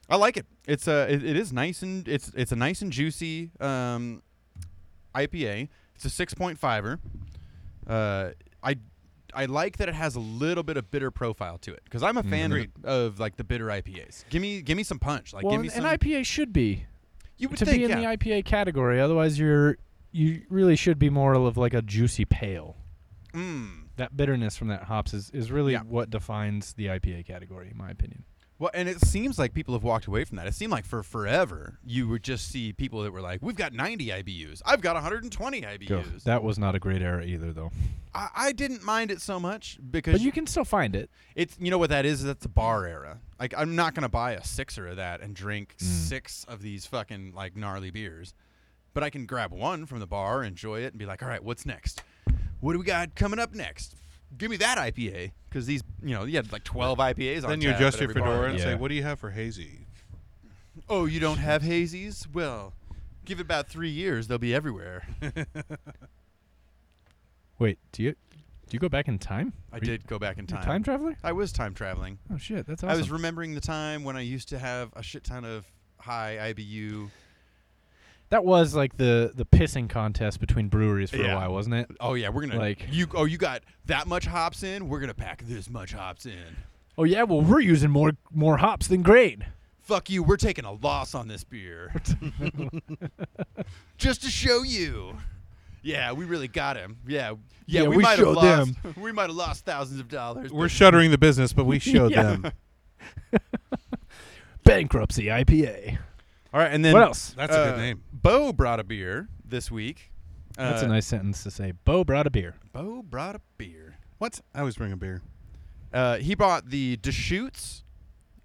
I like it. It's a it, it is nice and it's it's a nice and juicy um, IPA. It's a six point fiver. Uh, I I like that it has a little bit of bitter profile to it because I'm a
Mm,
fan of, the- of like the bitter IPAs. Give me give me some punch. Like
well,
give me
an,
some.
an IPA should be
you would
to
think
be in
yeah.
the IPA category. Otherwise, you're you really should be more of like a juicy pale.
Mm.
That bitterness from that hops is, is really
Yeah.
what defines the IPA category, in my opinion.
Well, and it seems like people have walked away from that. It seemed like for forever you would just see people that were like, "We've got 90 IBUs. I've got 120 IBUs."
That was not a great era either, though.
I, I didn't mind it so much because
But you can still find it.
it's you know what that is. That's a bar era. Like I'm not gonna buy a sixer of that and drink
Mm.
six of these fucking like gnarly beers, but I can grab one from the bar, enjoy it, and be like, "All right, what's next? What do we got coming up next?" Give me that IPA because these, you know, you had like twelve IPAs. on
Then you
tap at
adjust your
every bar.
fedora and say,
Yeah.
"What do you have for hazy?"
Oh, you don't have hazies? Well, give it about three years, they'll be everywhere.
Wait, do you do you go back in time?
I
Are you-
did go back in
you're
time.
a time traveler?
I was time traveling.
Oh shit, that's awesome.
I was remembering the time when I used to have a shit ton of high IBU.
that was like the the pissing contest between breweries for
Yeah.
a while, wasn't it?
Oh yeah, we're gonna
Like-
you. Oh, you got that much hops in? We're gonna pack this much hops in.
Oh yeah, well we're using more more hops than great.
Fuck you. We're taking a loss on this beer. Just to show you. Yeah, we really got him. Yeah, yeah,
Yeah,
we,
we
might have
showed
lost. We might have lost thousands of dollars.
We're
but
shuttering the business, but we showed
Yeah.
them.
Bankruptcy IPA.
All right, and then
What else?
That's a
Uh,
good name.
Bo brought a beer this week.
That's
Uh,
a nice sentence to say. Bo brought a beer.
Bo brought a beer.
What? I always bring a beer.
Uh, he brought the Deschutes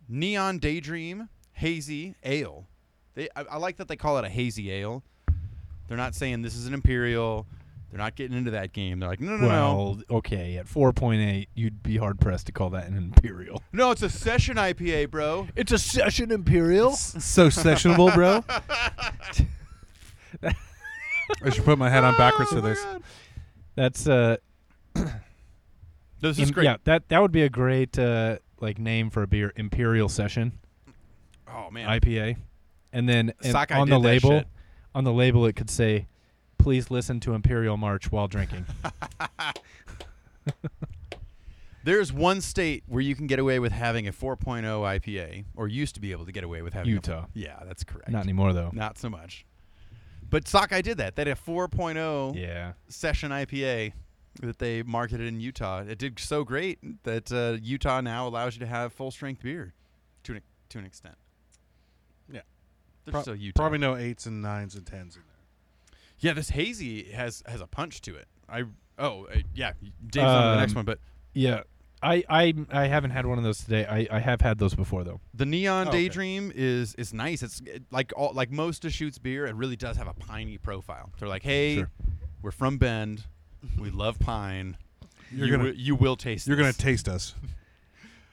Neon Daydream Hazy Ale. They, I, I like that they call it a hazy ale. They're not saying this is an imperial. They're not getting into that game. They're like, no, no, no,
Well, okay, at 4.8, you'd be hard pressed to call that an imperial.
no. It's a session IPA, bro.
It's a session imperial.
So sessionable, bro. I should put Oh my hat on backwards for this.
That's uh,
This is
im-
great.
yeah. That that would be a great uh, like name for a beer. Imperial session
Oh man,
IPA, and then and
Sockeye
on the
did that
label,
shit.
on the label it could say, "Please listen to Imperial March while drinking."
There's one state where you can get away with having a 4.0 IPA, or used to be able to get away with having a-
Utah.
yeah, that's correct.
Not anymore though.
Not so much. But Sockeye did that. They had a 4.0
Yeah.
session IPA that they marketed in Utah. It did so great that uh, Utah now allows you to have full strength beer to an, to an extent.
Yeah.
They're
Pro-
still Utah.
Probably no eights and nines and tens in there.
Yeah, this hazy has has a punch to it. I oh uh, yeah, Dave's on to the next
Um,
one, but
Yeah. I, I I haven't had one of those today. I, I have had those before though.
The Neon
Oh, okay.
Daydream is is nice. It's it- like all like most Deschutes beer. It really does have a piney profile. They're like, hey,
Sure.
we're from Bend, we love pine.
You're
You
gonna-
wi- you will taste.
You're gonna
this."
taste us.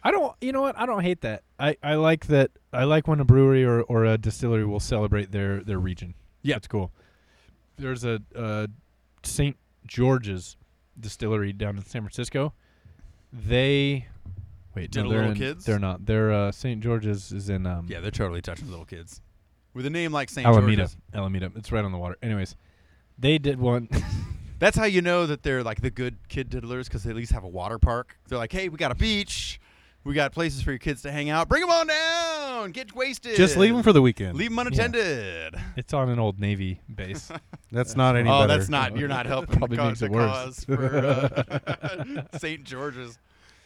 I don't. You know what? I don't hate that. I, I like that. I like when a brewery or, or a distillery will celebrate their their region. Yeah, it's cool. There's a uh, St. George's distillery down in San Francisco. They wait.
Did
no,
a
they're
little
in-
kids?
They're not. They're uh, St. George's is in um,
yeah, they're totally touching little kids with a name like Saint
Alameda.
George's.
Alameda. It's right on the water. Anyways, they did one.
That's how you know that they're like the good kid diddlers because they at least have a water park. They're like, hey, we got a beach, we got places for your kids to hang out. Bring them on down, get wasted.
Just leave them for the weekend.
leave 'em unattended.
it's on an old Navy base.
That's not any
Oh,
better.
that's not. You're not helping.
Probably
the, cau-
makes
the
it worse.
cause for uh, St. George's.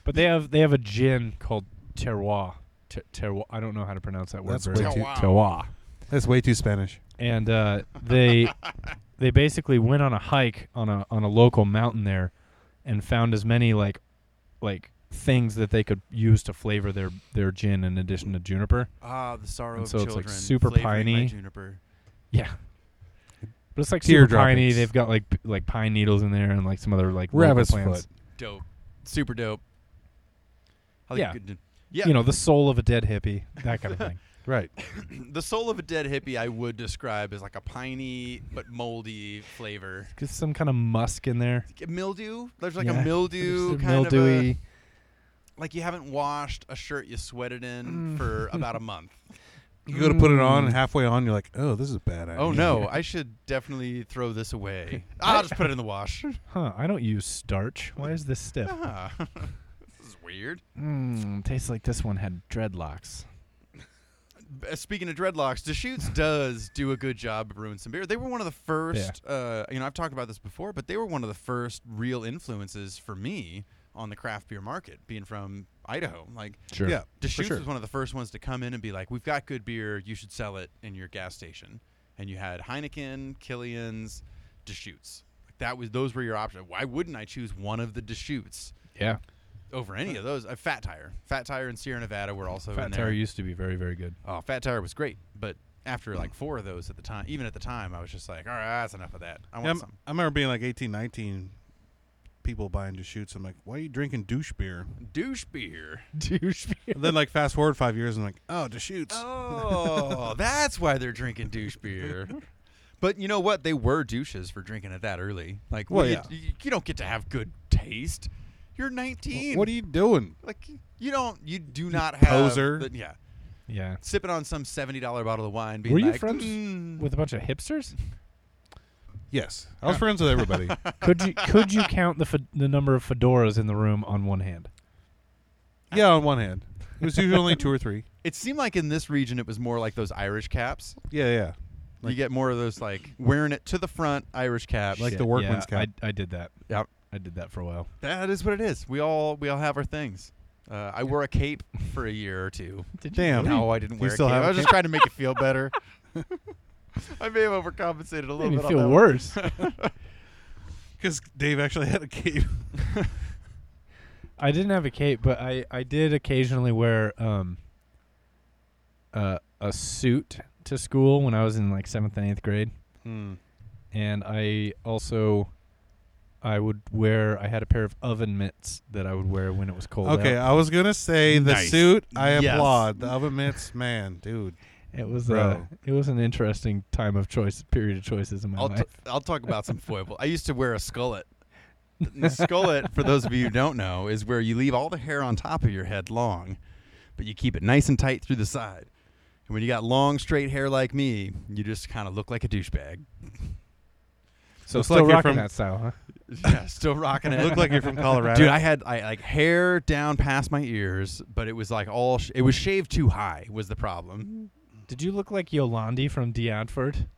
But they have they have a gin called Terroir. Ter- terroir. I don't know how to pronounce that word.
That's
very
way
well.
too.
Terroir.
Terroir.
That's way too Spanish.
And uh, they they basically went on a hike on a on a local mountain there, and found as many like like things that they could use to flavor their their gin in addition to juniper.
Ah, the sorrow
And
of
so it's,
children.
like, super
flavored by
piney.
juniper.
Yeah. But it's like super
Teardrop
piney.
mix.
They've got like p- like pine needles in there and like some other like local
Rabbit's
plants.
foot.
Dope. Super dope. How
Yeah.
You could, yeah.
You know, the soul of a dead hippie, that kind of thing.
Right.
the soul of a dead hippie I would describe as like a piney but moldy flavor.
Cause some kind of musk in there.
Mildew. There's like
Yeah.
a mildew
Just a
kind
mildewy.
of
Mm.
a, like you haven't washed a shirt you sweated in for about a month.
You go to put it on, and halfway on, you're like, Mm. "Oh, this is a bad idea."
Oh no, I should definitely throw this away. I'll just put it in the wash.
Huh, I don't use starch. Why is this stiff?
Ah, this is weird.
Mmm, tastes like this one had dreadlocks.
Uh, Speaking of dreadlocks, Deschutes does do a good job of brewing some beer. They were one of the first. Uh, you know, I've talked about this before, but they were one of the first real influences for me on the craft beer market, being from Idaho. Like,
Sure.
Yeah,
Deschutes
sure.
was one of the first ones to come in and be like, "We've got good beer. You should sell it in your gas station." And you had Heineken, Killian's, Deschutes. Like that was those were your options. Why wouldn't I choose one of the Deschutes
Yeah.
over any of those? Uh, Fat Tire, Fat Tire and Sierra Nevada were also in
Fat
there.
Tire used to be very, very good.
Oh, Fat Tire was great, but after like four of those at the time, even at the time, I was just like, all right, that's enough of that. I want
Yeah, I'm-
some.
I remember being like 18, 19, people buying just shoots. I'm like, "Why are you drinking douche beer?"
Douche beer.
Douche beer.
And then like fast forward five years, and I'm like, "Oh, just shoots."
Oh, that's why they're drinking douche beer. But you know what? They were douches for drinking it that early. Like, what
Well,
do
yeah.
you, you- you don't get to have good taste. You're 19.
What are you doing?
like? You don't. You do not have.
poser.
the- yeah.
Yeah.
Sipping on some seventy dollar bottle of wine. Being
Were you
like,
friends
"Mm."
With a bunch of hipsters?
Yes, I was friends with everybody.
Could you could you count the fe- the number of fedoras in the room on one hand?
yeah, on one hand, it was usually only two or three.
It seemed like in this region, it was more like those Irish caps.
Yeah, yeah,
you get more of those like wearing it to the front Irish cap.
like
Like
the workman's
yeah,
cap.
I, I did that.
Yep.
I did that for a while.
that is what it is. We all we all have our things. Uh, I wore a cape for a year or two.
Damn,
No, I didn't
You
wear a
still
cape.
have
I
a
was just trying to make it feel better. I may have overcompensated a little
Made me
bit.
feel
on that
worse.
because Dave actually had a cape.
I didn't have a cape, but I, I did occasionally wear um uh, a suit to school when I was in like seventh and eighth grade,
Hmm.
and I also I would wear I had a pair of oven mitts that I would wear when it was cold.
Okay,
out.
I was gonna say the
Nice.
suit. I
Yes.
applaud the oven mitts, man, dude.
it was uh,
bro.
it was an interesting time of choice period of choices in my
I'll,
life.
t- I'll talk about some foible. I used to wear a skullet. And The skullet, for those of you who don't know, is where you leave all the hair on top of your head long, but you keep it nice and tight through the side. And when you got long, straight hair like me, you just kind of look like a douchebag.
so
Looks
still
like you're
rocking
from-
that style, huh?
Yeah, still rocking it.
Look like you're from Colorado,
Dude, I had I like hair down past my ears, but it was like all sh- it was shaved too high was the problem.
Did you look like Yolandi from Deodford?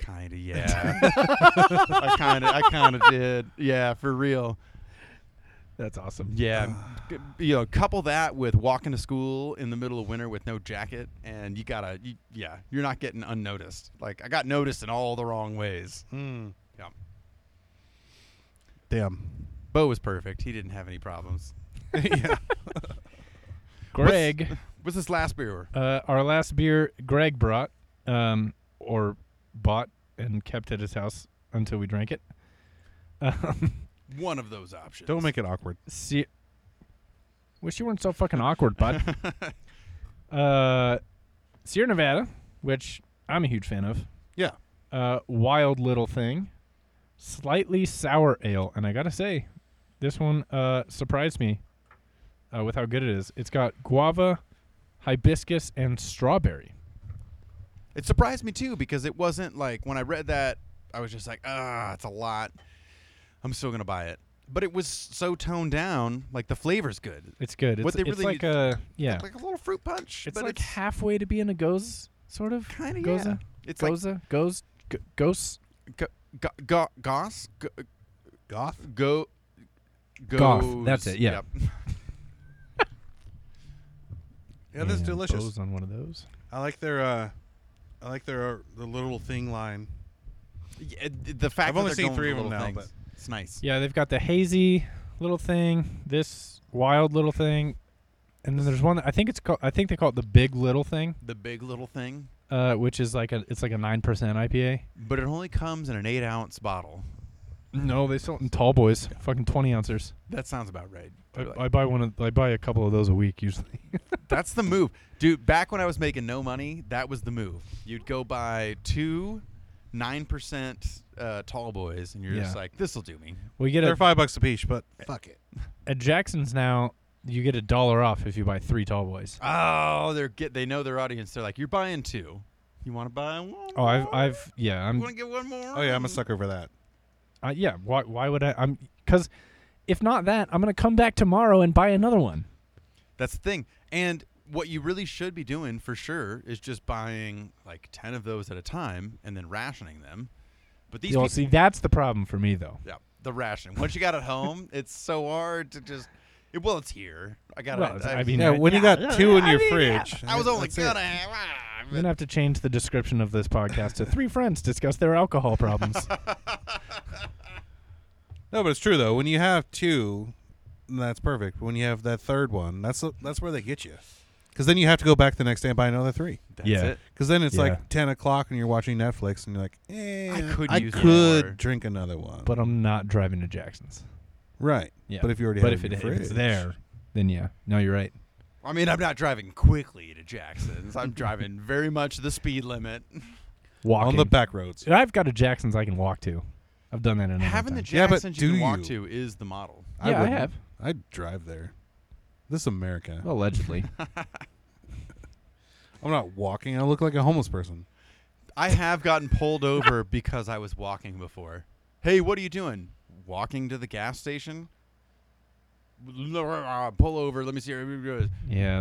Kind of, yeah. I kind of I kind of did. Yeah, for real.
That's awesome.
Yeah.
Um,
G- you know, couple that with walking to school in the middle of winter with no jacket and you got to you, yeah, you're not getting unnoticed. Like I got noticed in all the wrong ways.
Mm.
Yeah.
Damn.
Bo was perfect. He didn't have any problems.
yeah.
Greg.
What's this last beer?
Uh, our last beer, Greg brought, um, or bought and kept at his house until we drank it. Um,
One of those options.
Don't make it awkward.
see, wish you weren't so fucking awkward, bud. uh, Sierra Nevada, which I'm a huge fan of.
Yeah.
Uh, wild little thing, slightly sour ale, and I gotta say, this one uh, surprised me uh, with how good it is. It's got guava, hibiscus, and strawberry.
It surprised me too because it wasn't like when I read that, I was just like, ah, it's a lot. I'm still gonna buy it, but it was so toned down. Like the flavor's good,
It's good. It's,
What they
it's
really
like
need-
a yeah.
like a little fruit punch.
it's
but
like
it's
halfway to being a goes sort of
kind of
goza
yeah. It's like
goza goes g- goes
go, go, go, goss go,
Goth.
go
Goth,
goes-
that's it, yeah.
yep.
Yeah, this is
and
delicious.
goes on one of those.
I like their. uh I like their uh, the little thing line.
Yeah, th- the fact
I've
that
only
they're
seen
going
three
for
of 'em
little
now,
things, it's nice.
Yeah, they've got the hazy little thing, this wild little thing, and then there's one. that- I think it's called. I think they call it the big little thing,
The big little thing,
uh, which is like a it's like a nine percent IPA.
but it only comes in an eight ounce bottle.
No, they sell it in tall boys, fucking twenty ounces.
That sounds about right.
I, I buy one. Of, I buy a couple of those a week usually.
That's the move. Dude, back when I was making no money, that was the move. You'd go buy two 9% uh, tall boys, and you're just
Yeah.
like, this will do me.
we get
They're
a,
five bucks a piece, but fuck it.
at Jackson's now. you get a dollar off if you buy three tall boys.
Oh, they're get they know their audience. They're like, you're buying two. You want to buy one?
Oh, I've, I've, yeah,
You
I'm,
want to get one more?
Oh yeah, I'm a sucker for that.
uh, yeah. Why, why would I? I'm, because if not that, I'm gonna come back tomorrow and buy another one.
That's the thing. And what you really should be doing for sure is just buying like ten of those at a time and then rationing them. But these
You'll
people,
see. That's the problem for me though.
yeah, the rationing. Once you got it home, it's so hard to just. It, well, it's here. I got
Well,
it.
I mean,
Yeah,
I,
when you got two in your fridge,
I was only
that's it.
gonna have. ah,
I'm gonna have to change the description of this podcast to three friends discuss their alcohol problems.
No, but it's true though. When you have two, that's perfect. When you have that third one, that's that's where they get you, because then you have to go back the next day and buy another three.
That's
Yeah.
it.
Because then it's
Yeah.
like ten o'clock and you're watching Netflix and you're like, eh,
I could
I
use one
could
more.
drink another one.
but I'm not driving to Jackson's.
right,
Yeah.
but if you already
But
have
if,
it,
it,
in
if
your
it's
fridge-
there, then yeah. No, you're right.
I mean, I'm not driving quickly to Jackson's. I'm driving very much the speed limit.
Walking.
on the back roads.
And I've got a Jackson's I can walk to. I've done that another
Having the
time.
Yeah, but
Jackson's you
do
can walk
you?
to is the model.
Yeah, I
wouldn't.
have.
I'd drive there. This is America.
allegedly.
I'm not walking. I look like a homeless person.
I have gotten pulled over because I was walking before. Hey, what are you doing? Walking to the gas station? Pull over. Let me see.
yeah,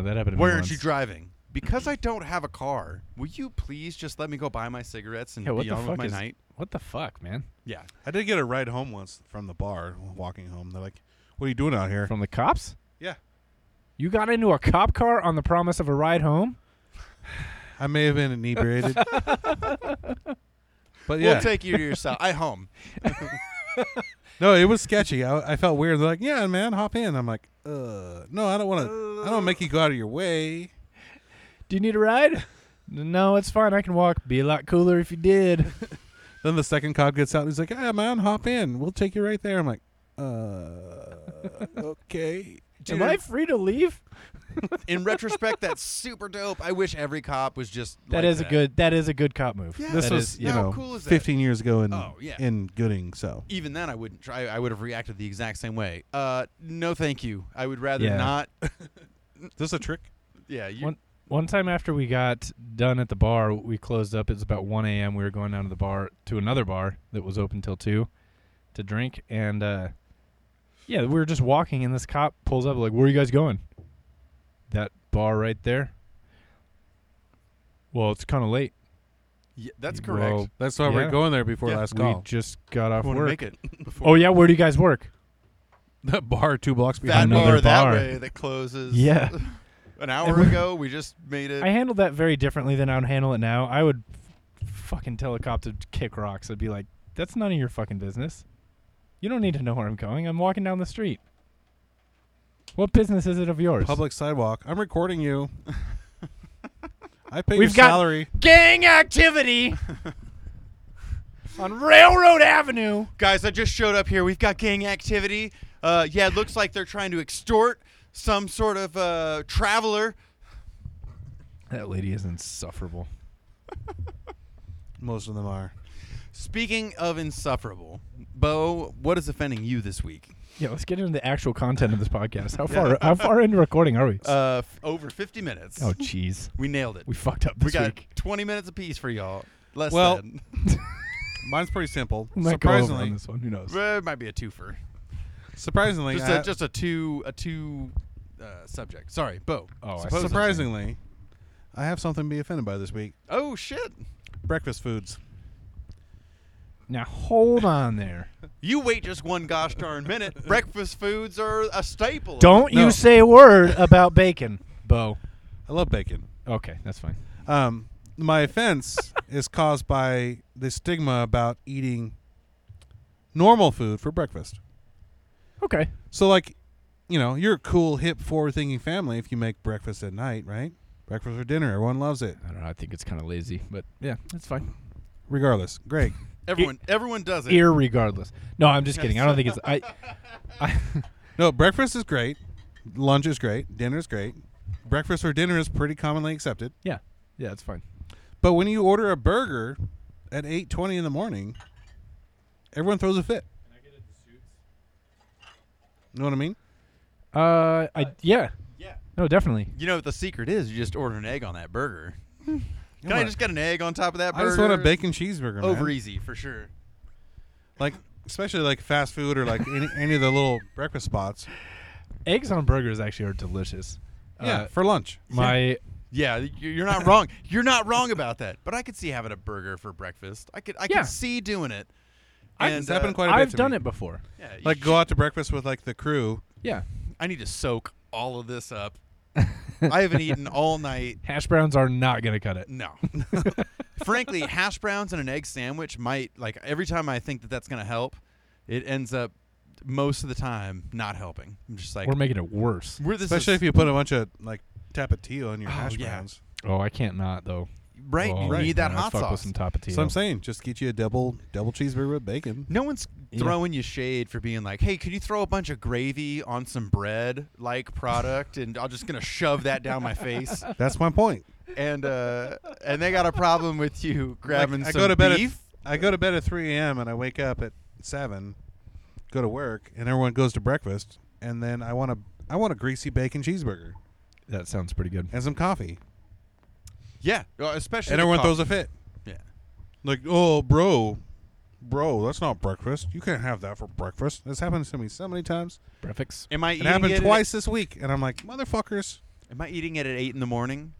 that happened. to me
Where aren't
once.
you driving? Because I don't have a car, will you please just let me go buy my cigarettes and
Yeah, what
be
the
on with
fuck
my
is-
night?
What the fuck, man?
Yeah.
I did get a ride home once from the bar walking home. They're like, "What are you doing out here?"
From the cops?
yeah,
You got into a cop car on the promise of a ride home?
I may have been inebriated. but yeah,
We'll take you to your side. I home.
no, it was sketchy. I, I felt weird. They're like, "Yeah, man, hop in." I'm like, "Uh, no, I don't want to. I don't make you go out of your way."
Do you need a ride? No, it's fine. I can walk. Be a lot cooler if you did.
Then the second cop gets out. and He's like, "Yeah, man, hop in. We'll take you right there." I'm like, "Uh, okay."
Am I free to leave?
In retrospect, that's super dope. I wish every cop was just. like
that is a good. That is a good cop move.
Yeah.
This
That
was,
is-
you
How
know,
cool is that?
15 years ago in
Oh, yeah.
in Gooding. So
even then I wouldn't try. I would have reacted the exact same way. Uh, no, thank you. I would rather
Yeah.
not.
is this a trick?
Yeah, you.
One- One time after we got done at the bar, we closed up. It was about 1 a.m. We were going down to the bar to another bar that was open till 2 to drink. And uh, yeah, we were just walking, and this cop pulls up, like, Where are you guys going? That bar right there. Well, it's kind of late.
yeah, that's
Well,
correct.
That's why we're
Yeah.
going there before
Yeah.
last
we
call.
just got off
want to
work.
make it. Before
Oh, yeah, where do you guys work?
That bar two blocks
that
behind.
Another
bar, that
bar.
way that closes.
Yeah.
an hour ago we just made it.
I handled that very differently than I would handle it now. I would f- fucking tell a cop to kick rocks. I'd be like, that's none of your fucking business. You don't need to know where I'm going. I'm walking down the street. What business is it of yours?
public sidewalk. I'm recording you. I pay
We've
your
got-
salary.
gang activity on Railroad Avenue.
Guys, I just showed up here. We've got gang activity. Uh, yeah, it looks like they're trying to extort some sort of uh, traveler.
That lady is insufferable.
Most of them are.
Speaking of insufferable, Bo, what is offending you this week?
Yeah, let's get into the actual content of this podcast. How far how far into recording are we?
Uh, f- over 50 minutes.
oh jeez.
we nailed it.
We fucked up
We
this
got
week.
20 minutes apiece for y'all. Less
Well-
than.
Mine's pretty simple.
We might go over on
Surprisingly,
this one. Who knows?
Well, it might be a twofer.
surprisingly,
uh,
Just
I-
a, just a two a two uh, subject. Sorry, Bo.
Oh, I see.
Supposedly.
surprisingly, I have something to be offended by this week.
Oh shit!
Breakfast foods.
Now hold on there.
You wait just one gosh darn minute. Breakfast foods are a staple. of-
Don't
No.
you say a word about bacon, Bo.
I love bacon.
Okay, that's fine.
Um, my offense is caused by the stigma about eating normal food for breakfast.
Okay.
So, like, you know, you're a cool, hip, forward-thinking family if you make breakfast at night, right? Breakfast or dinner, everyone loves it.
I don't know. I think it's kind of lazy, but yeah, that's fine.
Regardless, Greg,
everyone everyone does it.
Irregardless. No, I'm just kidding. I don't think it's. I. I
No, breakfast is great. Lunch is great. Dinner is great. Breakfast or dinner is pretty commonly accepted.
yeah. Yeah, it's fine.
But when you order a burger at 8:20 in the morning, everyone throws a fit. Can I get a You know what I mean?
Uh, I yeah. Yeah. No, definitely.
You know what the secret is? You just order an egg on that burger. Can I
want-
just get an egg on top of that
I
burger?
just want a bacon cheeseburger, man.
Over easy for sure.
like especially like fast food or like any, any of the little breakfast spots.
Eggs on burgers actually are delicious.
Yeah,
Uh,
for lunch.
my
Yeah, y- you're not wrong. You're not wrong about that. But I could see having a burger for breakfast. I could I
Yeah.
could see doing it.
I-
And, uh,
it's happened quite a bit
I've
to
done
me.
it before.
yeah, you
Like
sh-
go out to breakfast with like the crew.
Yeah.
I need to soak all of this up. I haven't eaten all night.
Hash browns are not gonna cut it.
No. Frankly, hash browns and an egg sandwich might like every time I think that that's going to help, it ends up most of the time not helping. I'm just like
We're making it worse.
we're this
Especially
is,
if you put a bunch of like tapatio on your hash
yeah.
browns.
Oh, I can't not though.
right,
Oh,
you
right.
need that
I
hot
fuck with
sauce.
some tapatio.
So I'm saying just get you a double double cheeseburger with bacon.
No one's throwing you shade for being like, "Hey, could you throw a bunch of gravy on some bread like product?" and I'm just gonna shove that down my face.
That's my point.
And uh, and they got a problem with you grabbing
Like, I
some
go to bed
beef.
At, I go to bed at 3 a.m. and I wake up at 7, go to work, and everyone goes to breakfast, and then I want a I want a greasy bacon cheeseburger
that sounds pretty good.
and some coffee,
yeah, well, especially
and
the
everyone
coffee.
throws a fit.
Yeah.
Like, oh, bro, bro, that's not breakfast. You can't have that for breakfast. This happened to me so many times.
Prefix.
Am I
It
eating
happened
it at-
twice this week, and I'm like, motherfuckers.
Am I eating it at eight in the morning?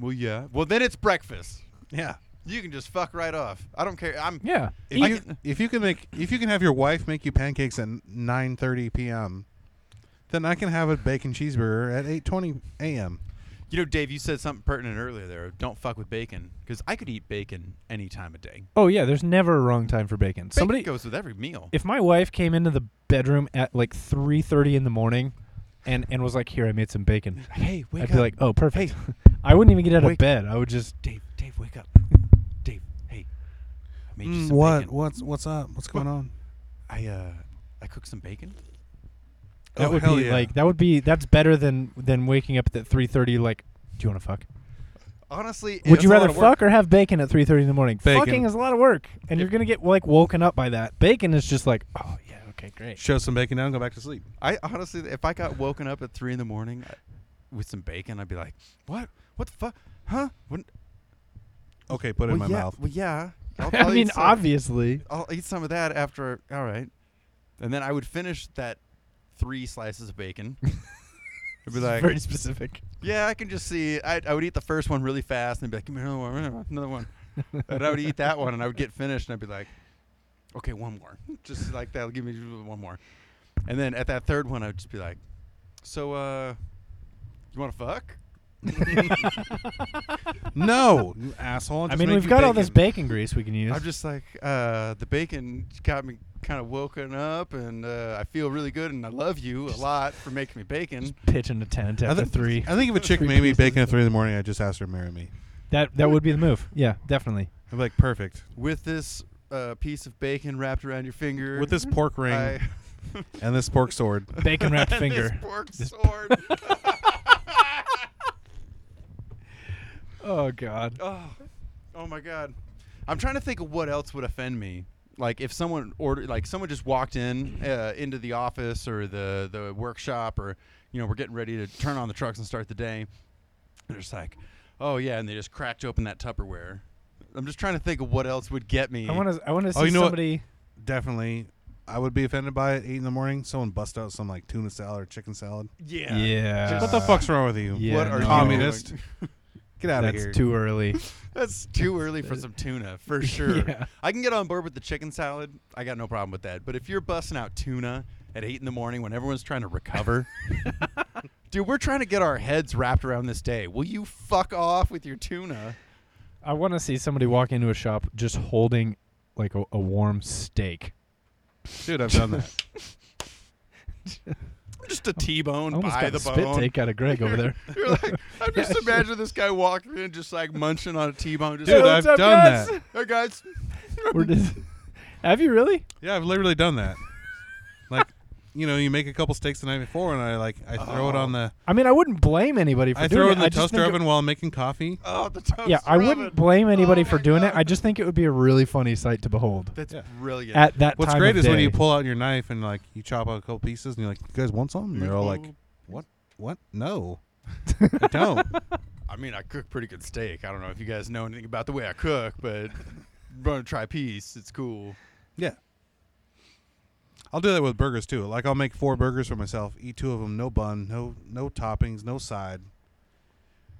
Well, yeah. Well, then it's breakfast.
Yeah.
You can just fuck right off. I don't care. I'm.
Yeah.
If
Eat-
you if you can make if you can have your wife make you pancakes at 9:30 p.m., then I can have a bacon cheeseburger at 8:20 a.m.
You know, Dave, you said something pertinent earlier there. Don't fuck with bacon because I could eat bacon any time of day.
oh yeah. There's never a wrong time for bacon.
Bacon
Somebody.
goes with every meal.
If my wife came into the bedroom at like 3:30 in the morning, and and was like, "Here, I made some bacon,"
hey, wake
I'd be like, "Oh, perfect." I wouldn't even get out
Wake-
of bed. I would just.
Dave, Dave, wake up. Dave, hey, I made you
Mm,
some
what?
bacon.
What's what's up? What's going on?
I uh, I cooked some bacon.
That
Oh,
would
hell
be
yeah.
like that would be that's better than than waking up at 3:30 like do you want to fuck?
Honestly,
Would you rather fuck or have bacon at 3:30 in the morning?
Bacon.
Fucking is a lot of work and you're going to get like woken up by that. Bacon is just like, "Oh yeah, okay, great."
Shove some bacon down, and go back to sleep.
I honestly, if I got woken up at three in the morning uh, with some bacon, I'd be like, what? What the fuck? Huh? What?
Okay, put it
well,
in my
yeah,
mouth.
Well, yeah. I'll,
I
I'll eat
mean,
some-
obviously.
I'll eat some of that after. All right, and then I would finish that three slices of bacon. I'd be like,
Very specific.
yeah, I can just see. I, I would eat the first one really fast and be like, give me another one, another one, and I would eat that one, and I would get finished, and I'd be like, okay, one more, just like that'll give me one more, and then at that third one, I'd just be like, so uh, you want to fuck?
no, you asshole.
I
just
mean,
make
we've
you
got all this bacon grease we can use.
I'm just like uh, the bacon got me kind of woken up, and uh, I feel really good, and I love you a lot for making me bacon.
pitching a tent
I
after
think,
3.
I think if a chick
Three
made me
pieces.
bacon at three in the morning, I would just ask her to marry me.
That that would be the move. Yeah, definitely.
I'd be like, perfect.
With this uh, piece of bacon wrapped around your finger,
With this pork ring
I-
and this pork sword,
Bacon wrapped
and
finger.
this pork sword.
Oh god.
oh, oh my god! I'm trying to think of what else would offend me. Like if someone ordered, like someone just walked in uh, into the office or the the workshop, or you know, we're getting ready to turn on the trucks and start the day. They're just like, oh yeah, and they just cracked open that Tupperware. I'm just trying to think of what else would get me.
I want to I want to see
Oh, you know what?
somebody
definitely. I would be offended by it. Eight in the morning, someone bust out some like tuna salad or chicken salad.
yeah.
Yeah.
what the fuck's wrong with you?
Yeah,
what are you
no.
Communist.
doing?
Get out of
That's
here.
too early.
That's too early for some tuna, for sure.
Yeah.
I can get on board with the chicken salad. I got no problem with that. But if you're busting out tuna at eight in the morning when everyone's trying to recover, dude, we're trying to get our heads wrapped around this day. Will you fuck off with your tuna?
I want to see somebody walk into a shop just holding like a, a warm steak.
Dude, I've done that.
Just a T-bone
I almost
by
got
the
a spit
bone.
take out of Greg over there.
You're like, I just imagine this guy walking in, just like munching on a T-bone. Just
Dude,
like,
I've done that.
hey guys,
We're just, have you really?
Yeah, I've literally done that. like, you know, you make a couple steaks the night before, and I like I throw it on the
I mean, I wouldn't blame anybody for
I
doing
throw it
it.
in the
Oh. I just
toaster
think it-
oven while I'm making coffee.
oh the toast.
yeah, I wouldn't blame anybody
Oh
for
my
doing it.
God.
I just think it would be a really funny sight to behold.
That's
Yeah.
brilliant.
At that
What's
time
great
of
is when you
day.
pull out your knife and like you chop out a couple pieces, and you're like, "You guys want some?" And they're all like, What? No, I don't.
I mean, I cook pretty good steak. I don't know if you guys know anything about the way I cook, but run a try piece. It's cool.
Yeah. I'll do that with burgers too. Like I'll make four burgers for myself, eat two of them, no bun, no no toppings, no side.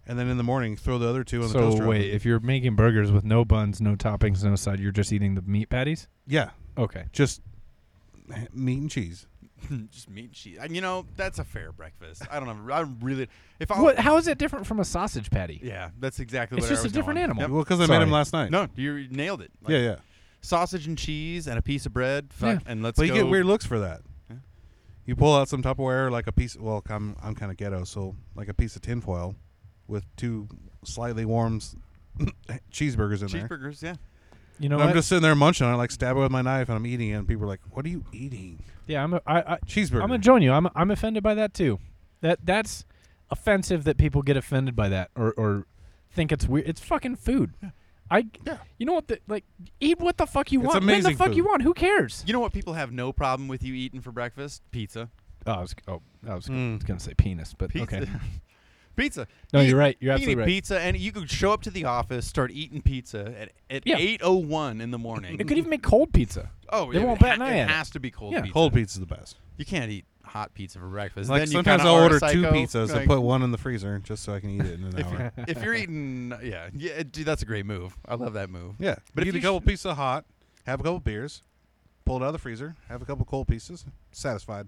And then in the morning, throw the other two on the
So
toaster. oven.
wait, if you're making burgers with no buns, no toppings, no side, you're just eating the meat patties?
yeah,
Okay.
just h- meat and cheese.
Just meat and cheese. And you know, that's a fair breakfast. I don't know. I'm really if I
What? How is it different from a sausage patty?
Oh. Yeah, that's exactly
It's
what I
just a
was
different
going.
animal.
Yep.
Well, because I made
Sorry.
them last night.
No, you nailed it. Like,
yeah, yeah.
Sausage and cheese and a piece of bread. Fuck, and let's
But you
go.
get weird looks for that.
Yeah.
You pull out some Tupperware, like a piece. Well, I'm I'm kind of ghetto, so like a piece of tinfoil with two slightly warm s- cheeseburgers in there.
cheeseburgers. Yeah.
You know
And I'm
what?
just sitting there munching on it, like stabbing with my knife, and I'm eating it. And people are like, "What are you eating?
yeah, I'm. A, I, I,
Cheeseburger."
I'm gonna join you. I'm. I'm offended by that too. That that's offensive that people get offended by that or or think it's weird. It's fucking food. I.
Yeah.
You know what? The, like, eat what the fuck you
It's
want. When the
amazing
fuck you
food.
want? Who cares?
You know what people have no problem with you eating for breakfast? Pizza.
Oh, I was. Oh, I was
Mm.
gonna say penis, but
Hmm. Pizza.
okay.
pizza.
No,
You-
you're right. You're
you can eat
absolutely right.
pizza, and you could show up to the office, start eating pizza at, at
Yeah.
8.01 in the morning.
It could even make cold pizza.
oh,
they
it
won't
ha-
bat an eye
It
at it.
has to be cold
Yeah.
pizza.
Cold pizza's the best.
You can't eat hot pizza for breakfast.
Like
then you
sometimes
kinda
I'll
are a
order two
psycho.
pizzas
Like,
and put one in the freezer just so I can eat it in an
If
hour.
you're, if you're eating, yeah, yeah, dude, that's a great move. I love that move.
Yeah,
But
but
if
eat a
you
couple pieces hot, have a couple beers, pull it out of the freezer, have a couple cold pieces, satisfied.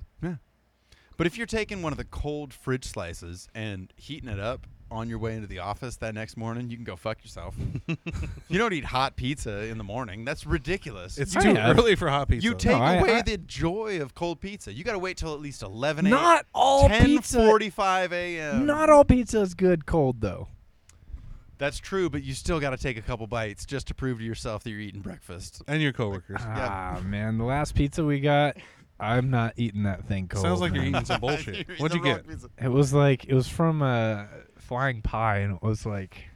But if you're taking one of the cold fridge slices and heating it up on your way into the office that next morning, you can go fuck yourself. you don't eat hot pizza in the morning. That's ridiculous.
It's
You-
too
have-
early for hot pizza.
you take
I-
away
I-
the joy of cold pizza. You got to wait till at least 11 a.m.
Not all pizza.
10:45 a.m.
Not all pizza is good cold though.
That's true, but you still got to take a couple bites just to prove to yourself that you're eating breakfast.
and your coworkers.
Yeah.
Ah man, the last pizza we got, I'm not eating that thing cold.
Sounds like you're
man.
eating some
You're
bullshit.
eating
What'd
the
you
wrong
get?
pizza.
It was like it was from uh, Flying Pie, and it was like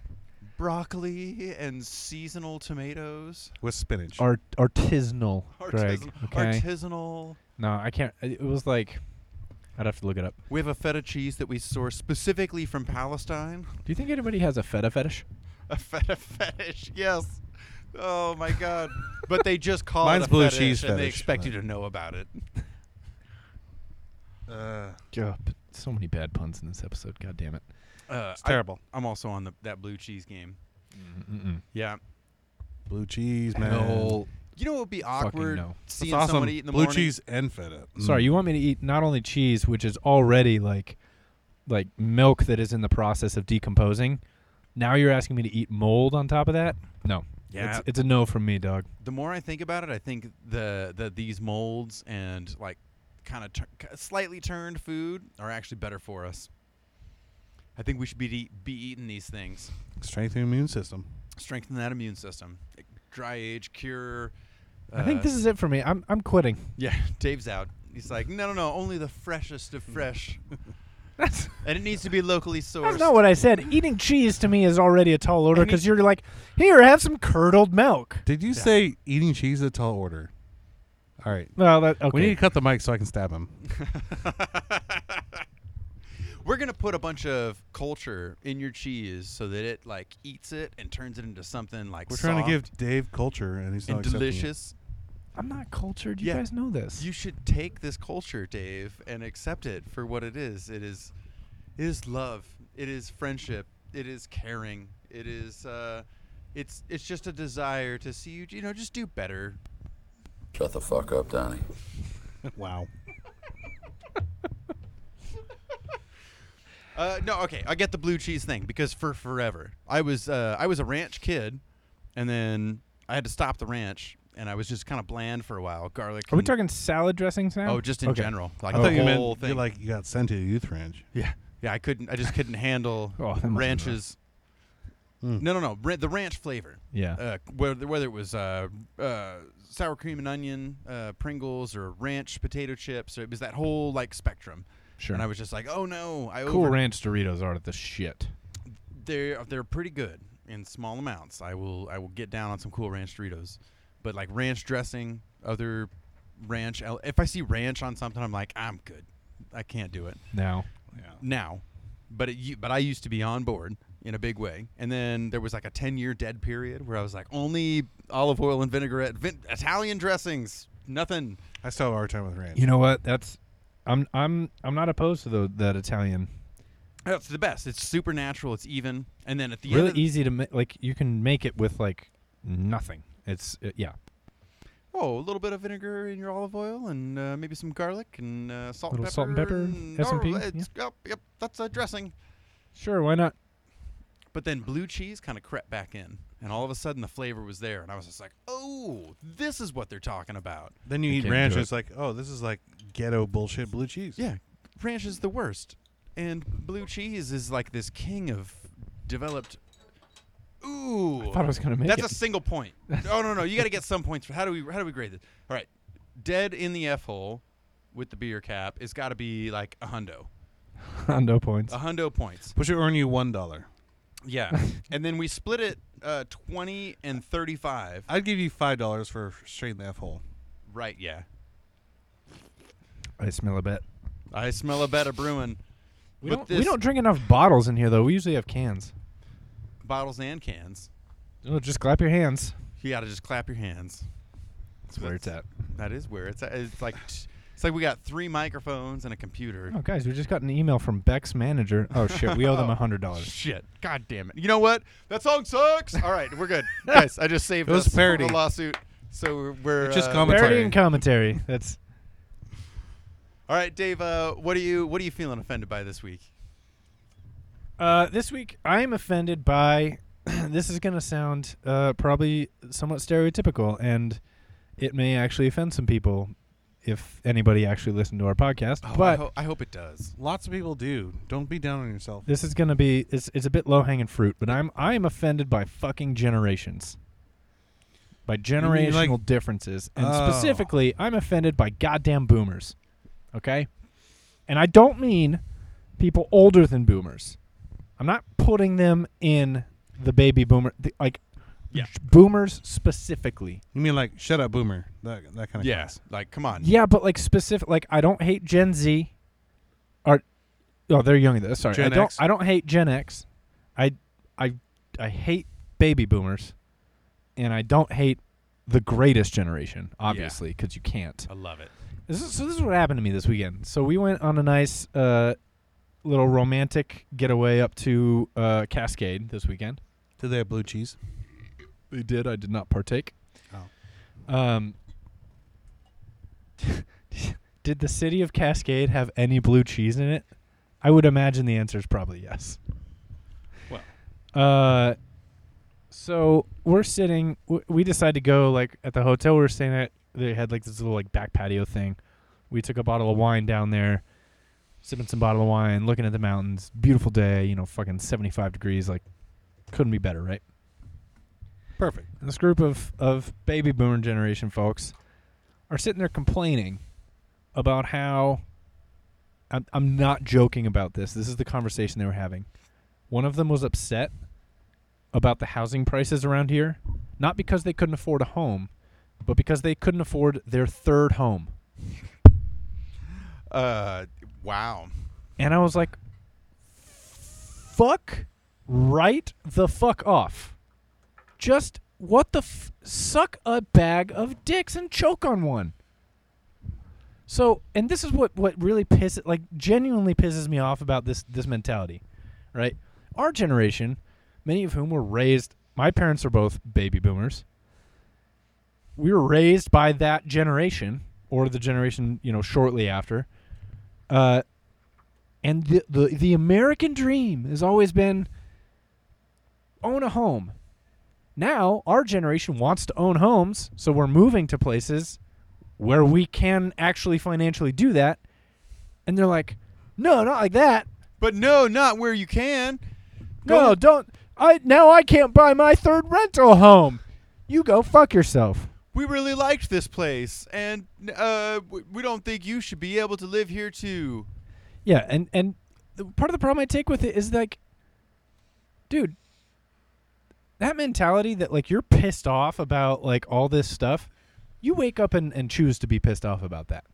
Broccoli and seasonal tomatoes.
With spinach.
art- artisanal. Greg,
Artisan-
okay.
Artisanal.
no, I can't. It was like I'd have to look it up.
We have a feta cheese that we source specifically from Palestine.
Do you think anybody has a feta fetish?
A feta fetish, yes. Oh my god! but they just call
Mine's
it a
blue
fetish,
cheese
and they
fetish,
expect
but-
you to know about it.
Uh,
Yeah, but so many bad puns in this episode. God damn it.
Uh,
it's terrible.
I, am also on the that blue cheese game.
Mm-mm.
Yeah.
Blue cheese, man.
No.
You know what would be
Fucking
awkward
no.
It's
seeing
awesome.
somebody eat in
Blue
the morning?
cheese and feta. Mm.
Sorry, you want me to eat not only cheese, which is already like like milk that is in the process of decomposing. Now you're asking me to eat mold on top of that? No.
Yeah.
It's, it's a no from me, dog.
the more I think about it, I think the the these molds and like kind of tur- ki- slightly turned food are actually better for us. I think we should be de- be eating these things.
strengthen your immune system.
strengthen that immune system. Dry age cure. Uh,
I think this is it for me. I'm I'm quitting.
yeah. Dave's out. He's like, no, no, no, only the freshest of fresh,
That's
and it needs to be locally sourced.
That's not what I said. Eating cheese to me is already a tall order because you're like, here, have some curdled milk.
Did you say eating cheese is a tall order? All right.
Well, that okay.
We need to cut the mic so I can stab him.
We're gonna put a bunch of culture in your cheese so that it like eats it and turns it into something like
We're trying to
soft
give Dave culture, and he's not
and
accepting it.
delicious.
I'm not cultured. You
Yeah.
guys know this.
You should take this culture, Dave, and accept it for what it is. It is, it is love. It is friendship. It is caring. It is, uh, it's it's just a desire to see you, you know, just do better.
Shut the fuck up, Donnie.
Wow.
Uh, no, okay, I get the blue cheese thing because for forever I was uh, I was a ranch kid, and then I had to stop the ranch, and I was just kind of bland for a while. Garlic.
Are we
and-
talking salad dressings now?
Oh, just in
Okay.
general, Uh, like
I
the
thought you
whole
meant
thing.
you like you got sent to a youth ranch.
Yeah, yeah. I couldn't. I just couldn't handle
Oh, that must have been
ranches. No, no, no. Ra- the ranch flavor.
Yeah.
Uh, whether whether it was uh, uh, sour cream and onion uh, Pringles or ranch potato chips, or it was that whole like spectrum.
Sure.
And I was just like, oh no, I
cool
over-
ranch Doritos are the shit.
They're they're pretty good in small amounts. I will I will get down on some cool ranch Doritos, but like ranch dressing, other ranch. el- If I see ranch on something, I'm like, I'm good. I can't do it.
Now
now, but it, u- but I used to be on board in a big way. And then there was like a ten year dead period where I was like only olive oil and vinaigrette, vin- Italian dressings, nothing.
I still have a hard time with ranch.
You know what? That's I'm I'm I'm not opposed to the, that Italian.
That's the best. It's supernatural. It's even. And then at the
really e-,
end, of-
easy to make. Like you can make it with like nothing. It's uh, yeah.
oh, a little bit of vinegar in your olive oil and uh, maybe some garlic and uh, salt,
Little
pepper
salt and pepper, S&P,
oh, it's- yep, yep, that's a dressing.
Sure, why not?
But then blue cheese kind of crept back in, and all of a sudden the flavor was there, and I was just like, "Oh, this is what they're talking about."
Then you eat
can't
ranch,
do
and
it.
it's like, oh, this is like ghetto bullshit blue cheese.
Yeah, ranch is the worst, and blue cheese is like this king of developed. Ooh,
Thought I was gonna make
that's
it.
a single point. oh no, no, you got to get some points. for- How do we how do we grade this? All right, dead in the f hole with the beer cap. It's got to be like a hundo,
Hondo points.
a hundo points.
Which will earn you one dollar.
Yeah, and then we split it uh, twenty and thirty-five.
I'd give you five dollars for straight in the f hole.
Right? Yeah.
I smell a bit.
I smell a bet of brewing.
We
But
don't,
this-
we don't drink enough bottles in here though. We usually have cans.
Bottles and cans.
Oh, just clap your hands.
You gotta just clap your hands.
That's where it's at.
That is where it's at. It's like it's like we got three microphones and a computer.
Oh, guys, we just got an email from Beck's manager. Oh shit, we owe them a hundred dollars.
Shit. God damn it. You know what? That song sucks. All right, we're good. Guys, I just saved
It was
us from
parody.
a lawsuit. So we're, we're
It's just
uh,
comedy.
Parody and commentary. That's
All right, Dave, uh, what are you what are you feeling offended by this week?
Uh, this week, I'm offended by. this is going to sound uh, probably somewhat stereotypical, and it may actually offend some people if anybody actually listened to our podcast.
Oh, I,
but
ho- I hope it does.
Lots of people do. Don't be down on yourself.
this is going to be it's, it's a bit low hanging fruit. But I'm I'm offended by fucking generations, by
mean,
generational
like-
differences, and
Oh.
specifically, I'm offended by goddamn boomers. Okay, and I don't mean people older than boomers. I'm not putting them in the baby boomer, the, like
Yeah.
boomers specifically.
You mean like shut up, boomer? That that kind of
Yes. Like, come on.
Yeah, but like specific, like I don't hate Gen Z. Or, oh, they're younger. than us. Sorry,
Gen
I don't.
X.
I don't hate Gen X. I, I, I hate baby boomers, and I don't hate the greatest generation, obviously, because you can't.
I love it.
This is, so this is what happened to me this weekend. So we went on a nice uh, little romantic getaway up to uh, Cascade this weekend.
Do they have blue cheese?
They did. I did not partake.
Oh.
Um, did the city of Cascade have any blue cheese in it? I would imagine the answer is probably yes.
Well.
Uh, so we're sitting. W- we decide to go like at the hotel we were staying at. They had like this little like back patio thing. We took a bottle of wine down there, sipping some bottle of wine, looking at the mountains. Beautiful day, you know, fucking seventy five degrees. Like, couldn't be better, right?
Perfect.
this group of, of baby boomer generation folks are sitting there complaining about how I'm, I'm not joking about this this is the conversation they were having one of them was upset about the housing prices around here not because they couldn't afford a home but because they couldn't afford their third home
Uh wow.
and i was like fuck right the fuck off just what the f- suck a bag of dicks and choke on one so and this is what what really pisses like genuinely pisses me off about this this mentality right our generation many of whom were raised my parents are both baby boomers we were raised by that generation or the generation you know shortly after uh and the the, the american dream has always been own a home now our generation wants to own homes, so we're moving to places where we can actually financially do that. And they're like, "No, not like that.
But no, not where you can.
No, don't. I now I can't buy my third rental home. You go fuck yourself."
we really liked this place, and uh, w- we don't think you should be able to live here too.
Yeah, and and the, part of the problem I take with it is like, dude, that mentality that like you're pissed off about like all this stuff, you wake up and, and choose to be pissed off about that.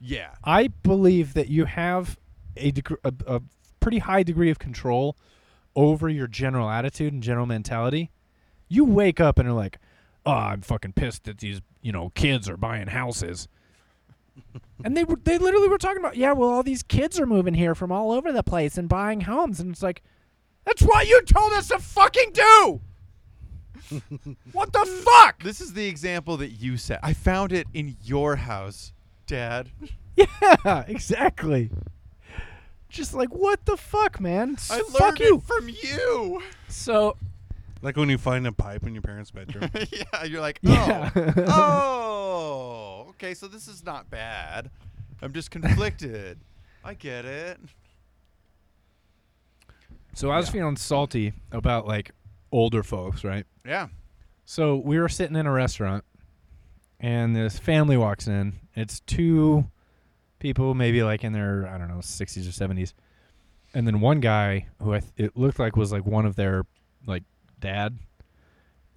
Yeah.
I believe that you have a, deg- a, a pretty high degree of control over your general attitude and general mentality, you wake up and are like, "Oh, I'm fucking pissed that these you know kids are buying houses." and they were they literally were talking about, "Yeah, well, all these kids are moving here from all over the place and buying homes," and it's like, "That's what you told us to fucking do." what the fuck?
This is the example that you set. I found it in your house, Dad.
Yeah, exactly. Just like what the fuck, man? S-
I learned
fuck you.
it from you.
So
Like when you find a pipe in your parents' bedroom.
yeah, you're like, oh,
Yeah.
oh, okay. So this is not bad. I'm just conflicted. I get it.
So I was feeling salty about like older folks, right?
Yeah.
So we were sitting in a restaurant and this family walks in. It's two people maybe like in their I don't know, 60s or 70s. And then one guy who I th- it looked like was like one of their like dad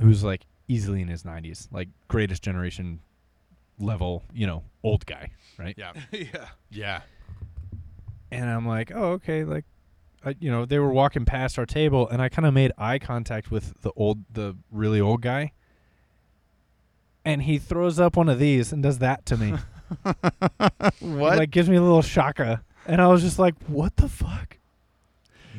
who's like easily in his 90s, like greatest generation level, you know, old guy, right?
Yeah.
yeah.
Yeah.
and I'm like, oh, okay, like, I, you know, they were walking past our table, and I kind of made eye contact with the old, the really old guy, and he throws up one of these and does that to me,
What?
like gives me a little shaka, and I was just like, what the fuck?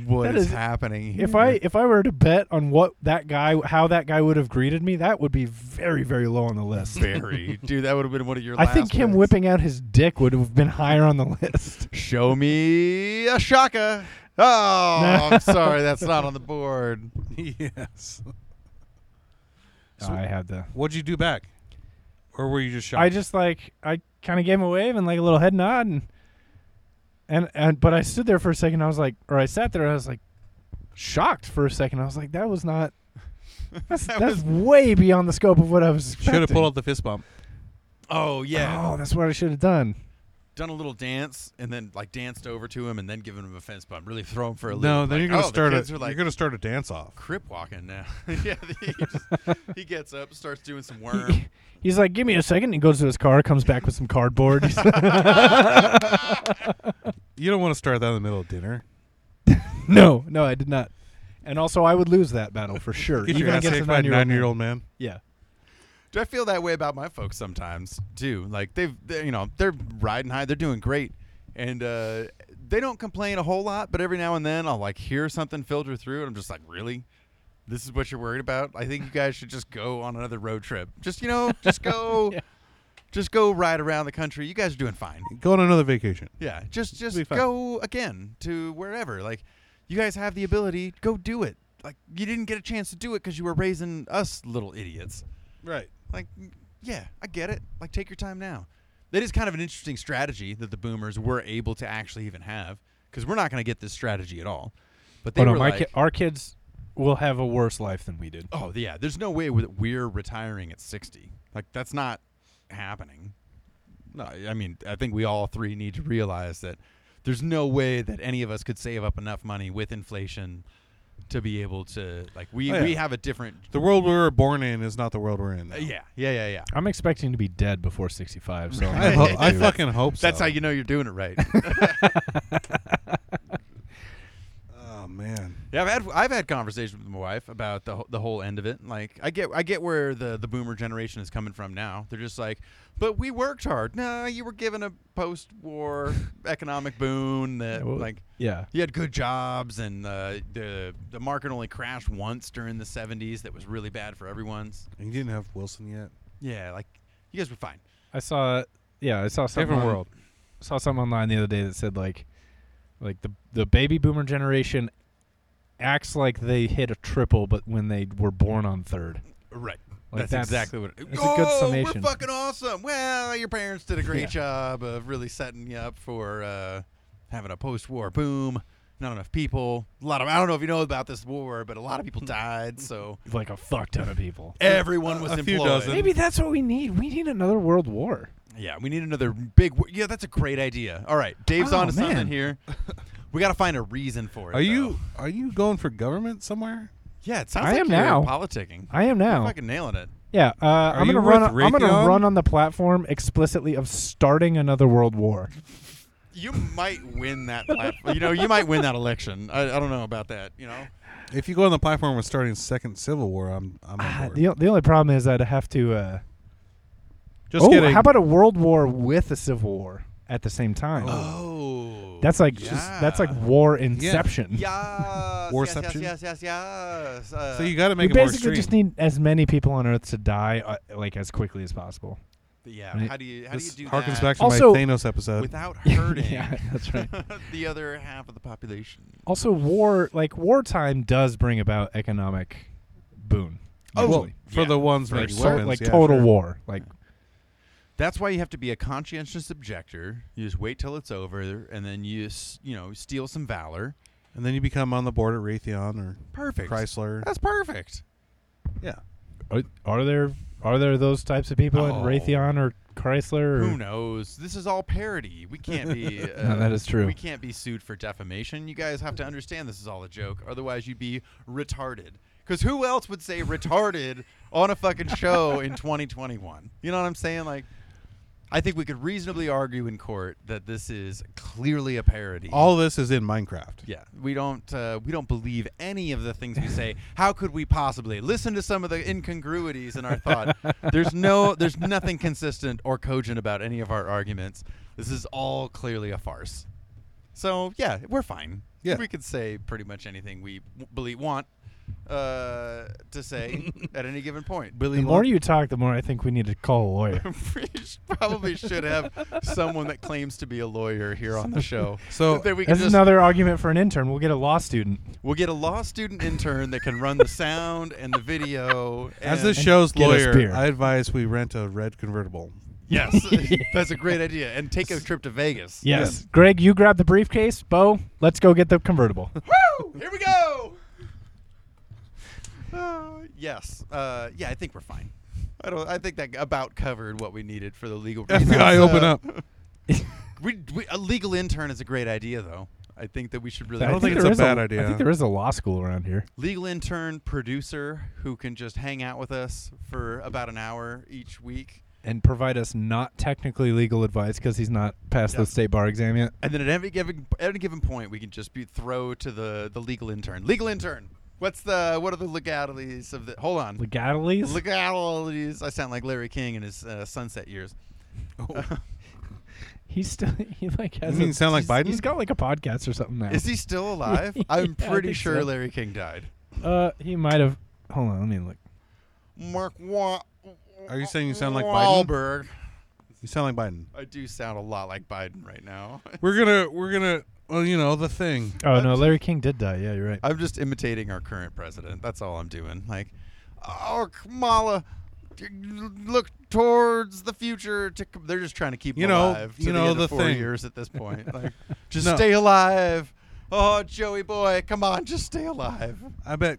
what
that
is,
is-
happening here?
If I if I were to bet on what that guy, how that guy would have greeted me, that would be very very low on the list.
Barry, dude, that would have been one of your.
I
last
think him
ones.
whipping out his dick would have been higher on the list.
Show me a shaka. Oh, I'm sorry, that's not on the board.
yes. So-
I had the
What'd you do back? Or were you just shocked?
I just like I kind of gave him a wave and like a little head nod and and and but I stood there for a second. I was like, or I sat there. I was like, shocked for a second. I was like, that was not. That's,
That
that's way beyond the scope of what I was.
should have
expecting.
pulled out the fist bump.
Oh yeah,
Oh, that's what I should have done.
done a little dance and then like danced over to him and then given him a fence bump, really throw him for a loop.
No, then
Like,
you're gonna
oh,
start
The
a
kids are like
you're gonna start a dance off.
crip walking now. yeah, he, just, he gets up, starts doing some worm.
He, he's like, give me a second. He goes to his car, comes back with some cardboard. He's like,
You don't want to start that in the middle of dinner.
no, no, I did not. And also, I would lose that battle for sure.
Get
even
your ass
against a
kicked by a
nine-year-old
nine year old man.
Yeah.
Do I feel that way about my folks sometimes too? Like they've, they, you know, they're riding high, they're doing great, and uh, they don't complain a whole lot. But every now and then, I'll like hear something filter through, and I'm just like, really, this is what you're worried about? I think you guys should just go on another road trip. Just you know, just go, just go ride around the country. You guys are doing fine.
Go on another vacation.
Yeah, just
be
just
fine.
go again to wherever. Like, you guys have the ability. Go do it. Like, you didn't get a chance to do it because you were raising us little idiots.
Right.
Like, yeah, I get it. Like, take your time now. That is kind of an interesting strategy that the boomers were able to actually even have because we're not going to get this strategy at all. But they
Oh no,
were
my
like,
ki- our kids will have a worse life than we did.
oh yeah, there's no way that we're retiring at 60. Like, that's not happening. No, I I mean, I think we all three need to realize that there's no way that any of us could save up enough money with inflation to be able to like we
Oh, yeah.
we have a different
The world we were born in is not the world we're in. now.
yeah yeah yeah yeah
I'm expecting to be dead before 65. So
I, ho- I fucking hope so.
that's how you know you're doing it right
Oh man.
Yeah, I've had I've had conversations with my wife about the wh- the whole end of it. Like, I get I get where the the boomer generation is coming from now. They're just like, but we worked hard. No, you were given a post war economic boon that
well,
like
yeah.
you had good jobs and uh, the the market only crashed once during the '70s. That was really bad for everyone's.
And you didn't have Wilson yet.
Yeah, like you guys were fine.
I saw. Yeah, I saw something.
Different
on-
world.
Saw something online the other day that said like, like the the baby boomer generation acts like they hit a triple, but when they were born on third.
Right.
Like,
that's,
that's-
exactly what.
that's a good
oh,
summation.
we're fucking awesome. Well, your parents did a great
Yeah.
job of really setting you up for uh, having a post-war boom. Not enough people. A lot of I don't know if you know about this war, but a lot of people died. So
Like a fuck ton of people.
everyone was
a few
employed.
dozen.
Maybe that's what we need. We need another world war.
Yeah, we need another big. War. Yeah, that's a great idea. All right, Dave's
Oh,
on to something
man.
here. We got to find a reason for it.
Are you
though.
are you going for government somewhere?
Yeah, it sounds
I
like
am
you're
now.
politicking.
I am
You're
now.
fucking nailing it.
Yeah, uh, I'm
you
gonna run.
with
I'm gonna
Raytheon?
run on the platform explicitly of starting another world war.
you might win that. Platform. you know, you might win that election. I, I don't know about that. You know,
If you go on the platform with starting second civil war, I'm I'm on
Ah,
board.
the, o- the only problem is I'd have to. Uh,
Just
oh,
kidding.
how about a world war with a civil war at the same time?
Oh,
That's like just that's like war inception.
yes, yes, yes,
Warception?
yes, yes, yes. Uh,
so you got to
We
make it more
basically
extreme.
just need as many people on Earth to die uh, like as quickly as possible.
yeah. How do you how do you
this
do
harkens
that
back to
Also-
my Thanos episode.
without hurting
Oh. yeah, that's right.
the other half of the population?
Also, war like wartime does bring about economic boon.
Oh,
well,
usually.
for
yeah.
the ones
For
making
sure.
So,
weapons,
like
yeah,
total
sure.
war. Like
That's why you have to be a conscientious objector. You just wait till it's over, and then you s- you know steal some valor.
and then you become on the board at Raytheon or
Perfect.
Chrysler.
That's perfect.
yeah,
are, are there are there those types of people in
Oh.
Raytheon or Chrysler? Or,
Who knows? This is all parody. We can't be. Uh,
No, that is true.
We can't be sued for defamation. You guys have to understand this is all a joke. Otherwise, you'd be retarded. Because who else would say retarded on a fucking show in 2021? You know what I'm saying? Like, I think we could reasonably argue in court that this is clearly a parody.
all this is in Minecraft.
Yeah, we don't uh, we don't believe any of the things we say. How could we possibly listen to some of the incongruities in our thought? there's no there's nothing consistent or cogent about any of our arguments. This is all clearly a farce. So yeah, we're fine.
Yeah.
we could say pretty much anything we w- believe want uh, to say at any given point.
The more you talk, the more I think we need to call a lawyer.
we sh- probably should have someone that claims to be a lawyer here on the show.
So-
that we can
That's
just
another argument for an intern. We'll get a law student.
We'll get a law student intern that can run the sound and the video.
As
and-
the show's
get us
lawyer,
beer.
I advise we rent a red convertible.
yes, that's a great idea. And take a trip to Vegas.
Yes. Greg, you grab the briefcase. Bo, let's go get the convertible.
Woo! Here we go. Uh, yes. Uh, yeah, I think we're fine. I don't. I think that about covered what we needed for the legal. reasons.
FBI, open
Uh,
up.
We, we, a legal intern is a great idea, though. I think that we should really.
I don't think
there
it's
is
a bad
I
idea.
think there is a law school around here.
legal intern producer who can just hang out with us for about an hour each week.
And provide us not technically legal advice because he's not passed
Yeah.
the state bar exam yet.
And then at any given at any given point, we can just be throw to the the legal intern. Legal intern, what's the what are the legalities of the? Hold on,
Legalities?
legalities. I sound like Larry King in his uh, sunset years.
Oh.
he's still, he like has
You mean
a-
sound like
he's-
Biden?
He's got like a podcast or something now.
Is he still alive? I'm
Yeah, I
pretty
think
sure
so.
Larry King died.
Uh, he might have. Hold on, let me look.
Mark Wa-
Are you saying you sound like Biden?
Wahlberg?
You sound like Biden.
I do sound a lot like Biden right now.
We're gonna, we're gonna. Well, you know the thing.
Oh, no, Larry King did die. Yeah, you're right.
I'm just imitating our current president. That's all I'm doing. Like, oh Kamala, d- look towards the future. To c-" they're just trying to keep
You
him
know-
alive. to the
you know
end of
the
four
thing.
years at this point. Like, just
No.
stay alive. Oh Joey boy, come on, just stay alive.
I bet.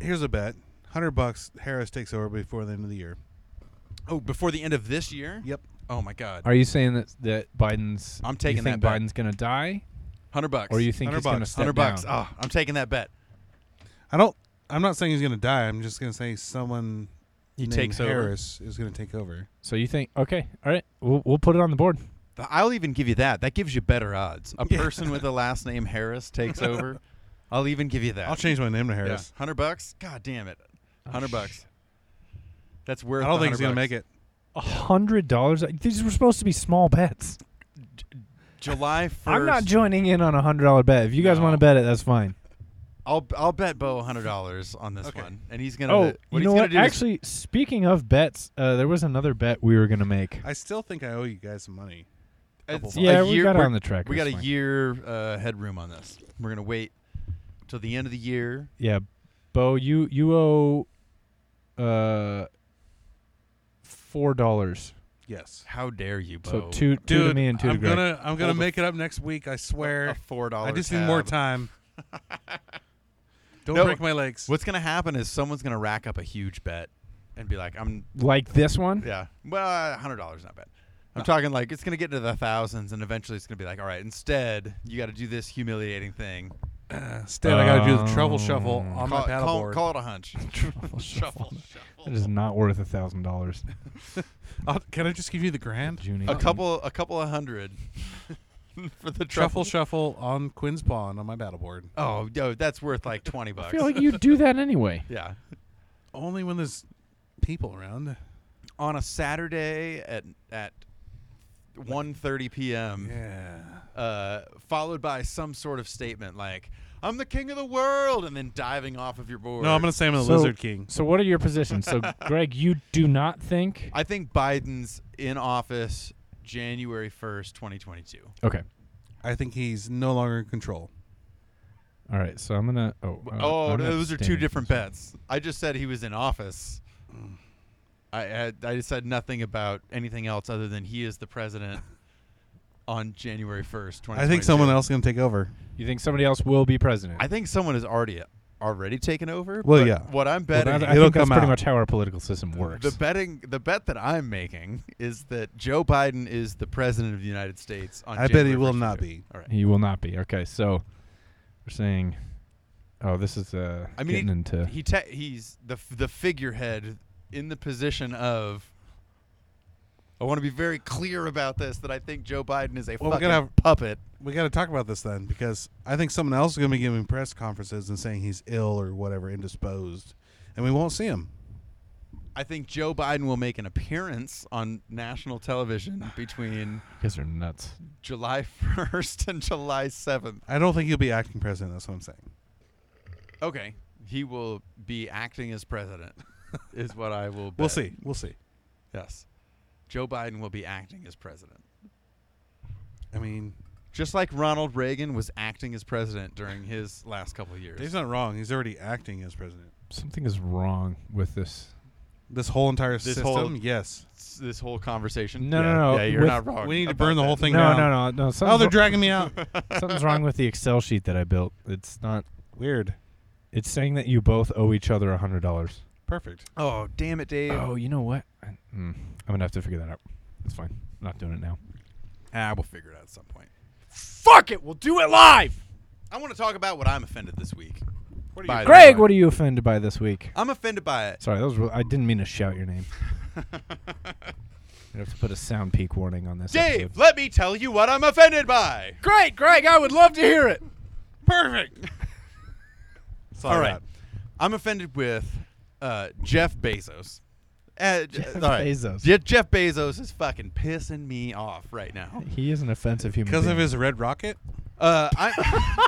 Here's a bet. Hundred bucks. Harris takes over before the end of the year.
Oh, before the end of this year.
Yep.
Oh my God.
Are you saying that that Biden's?
I'm taking
you
that
think
bet.
Biden's going to die,
Hundred bucks.
or you think he's going to step
Hundred bucks.
down?
Oh, I'm taking that bet.
I don't. I'm not saying he's gonna die. I'm just gonna say someone.
He
named
takes over.
Harris is gonna take over.
So you think? Okay, all right, we'll we'll put it on the board.
I'll even give you that. That gives you better odds. A person with the last name Harris takes over. I'll even give you that.
I'll change my name to
Yeah.
Harris.
Hundred bucks? God damn it.
Oh,
Hundred bucks. That's worth
I don't think he's gonna make it.
A hundred dollars. These were supposed to be small bets.
July first.
I'm not joining in on a hundred dollar bet. If you guys
No.
want to bet it, that's fine.
I'll I'll bet Bo hundred dollars on this
Okay.
one. And he's gonna
Oh,
what
you
he's
know
gonna
what?
do is-
Actually, speaking of bets, uh, there was another bet we were going to make.
I still think I owe you guys some money.
it's a
Yeah, we
year-
got it
we're-
on the track.
We got
That's
a
fine.
year uh, headroom on this. We're gonna wait till the end of the year.
Yeah, Bo, you you owe uh four dollars.
Yes.
How dare you, Bo?
So two two to me and two
I'm
to Greg.
gonna I'm gonna
Hold the-
make it up next week. I swear.
a four dollar.
I just need more time. Don't
No.
break my legs.
What's gonna happen is someone's gonna rack up a huge bet and be like, I'm
like this one.
Yeah. Well, hundred dollars not bad. I'm talking like it's gonna get to the thousands, and eventually it's gonna be like, all right, instead you got to do this humiliating thing.
Instead, I got to do the treble shuffle on
Um, Call,
my
call,
paddleboard.
call it a hunch.
Shuffle, shuffle. That is not worth a thousand dollars.
I'll- can Uh, I just give you the grand?
Junie.
A couple, a couple of hundred. for the
Truffle
truffle.
shuffle on Quinn's Pond on my battle board.
oh, yo, that's worth like twenty
I
bucks.
feel like you do that anyway.
yeah,
Only when there's people around.
on a Saturday at at 1:30 p.m.
Yeah.
uh, followed by some sort of statement like "I'm the king of the world" and then diving off of your board.
No, I'm gonna say I'm the
So-
Lizard King.
So what are your positions? So Greg, you do not think
I think Biden's in office January 1st, 2022.
Okay.
I think he's no longer in control.
All right. So I'm going to Oh, uh,
oh,
I'm
those are two
abstaining.
different bets. I just said he was in office.
Mm.
I had, I said nothing about anything else other than he is the president on January 1st, 2022.
I think someone else is gonna take over.
You think somebody else will be president?
I think someone has already already taken over.
Well,
but
yeah.
What I'm
Well,
betting
that- I
It'll
think that's
come
pretty
out.
much how our political system works.
The betting, the bet that I'm making is that Joe Biden is the president of the United States. On
I bet he
January
will
1st,
not
2022.
be.
All right.
he will not be. Okay. So we're saying Oh, this is uh
I mean,
getting into
He te- he's the f- the figurehead in the position of. I want to be very clear about this that I think Joe Biden is a
Well, we
fucking
gotta have-
puppet.
We got to talk about this then because I think someone else is gonna be giving press conferences and saying he's ill or whatever, indisposed, and we won't see him.
I think Joe Biden will make an appearance on national television between
You guys are nuts.
July 1st and July 7th.
I don't think he'll be acting president. That's what I'm saying.
Okay, he will be acting as president. is what I will. Bet.
We'll see. We'll see.
Yes. Joe Biden will be acting as president.
I mean,
Just like Ronald Reagan was acting as president during his last couple of
he's
years.
not wrong. He's already acting as president.
Something is wrong with this.
This whole entire
This
system.
whole-
yes.
S- This whole conversation.
No,
yeah.
no, no.
Yeah, you're
With-
not wrong.
We need to
about
burn the
that.
whole thing
No,
down.
no, no, no. Something's,
Oh, they're
wr-
dragging me out.
something's wrong with the Excel sheet that I built. It's not
Weird.
it's saying that you both owe each other a hundred dollars.
Perfect.
Oh, damn it, Dave.
Oh, you know what? I, mm, I'm gonna have to figure that out. It's fine. I'm not doing it now.
Ah, we'll figure it out at some point.
Fuck it. We'll do it live.
I want to talk about what I'm offended this week.
What
By the
Greg,
way.
what are you offended by this week?
I'm offended by it.
Sorry, that was. Real, I didn't mean to shout your name. I have to put a sound peak warning on this.
Dave,
episode.
let me tell you what I'm offended by.
Great, Greg. I would love to hear it.
Perfect.
all
all right.
right.
I'm offended with uh, Jeff Bezos. Uh, j-
Jeff
all right.
Bezos.
Je- Jeff Bezos is fucking pissing me off right now.
He is an offensive human.
Because of
being.
his red rocket?
Uh, I,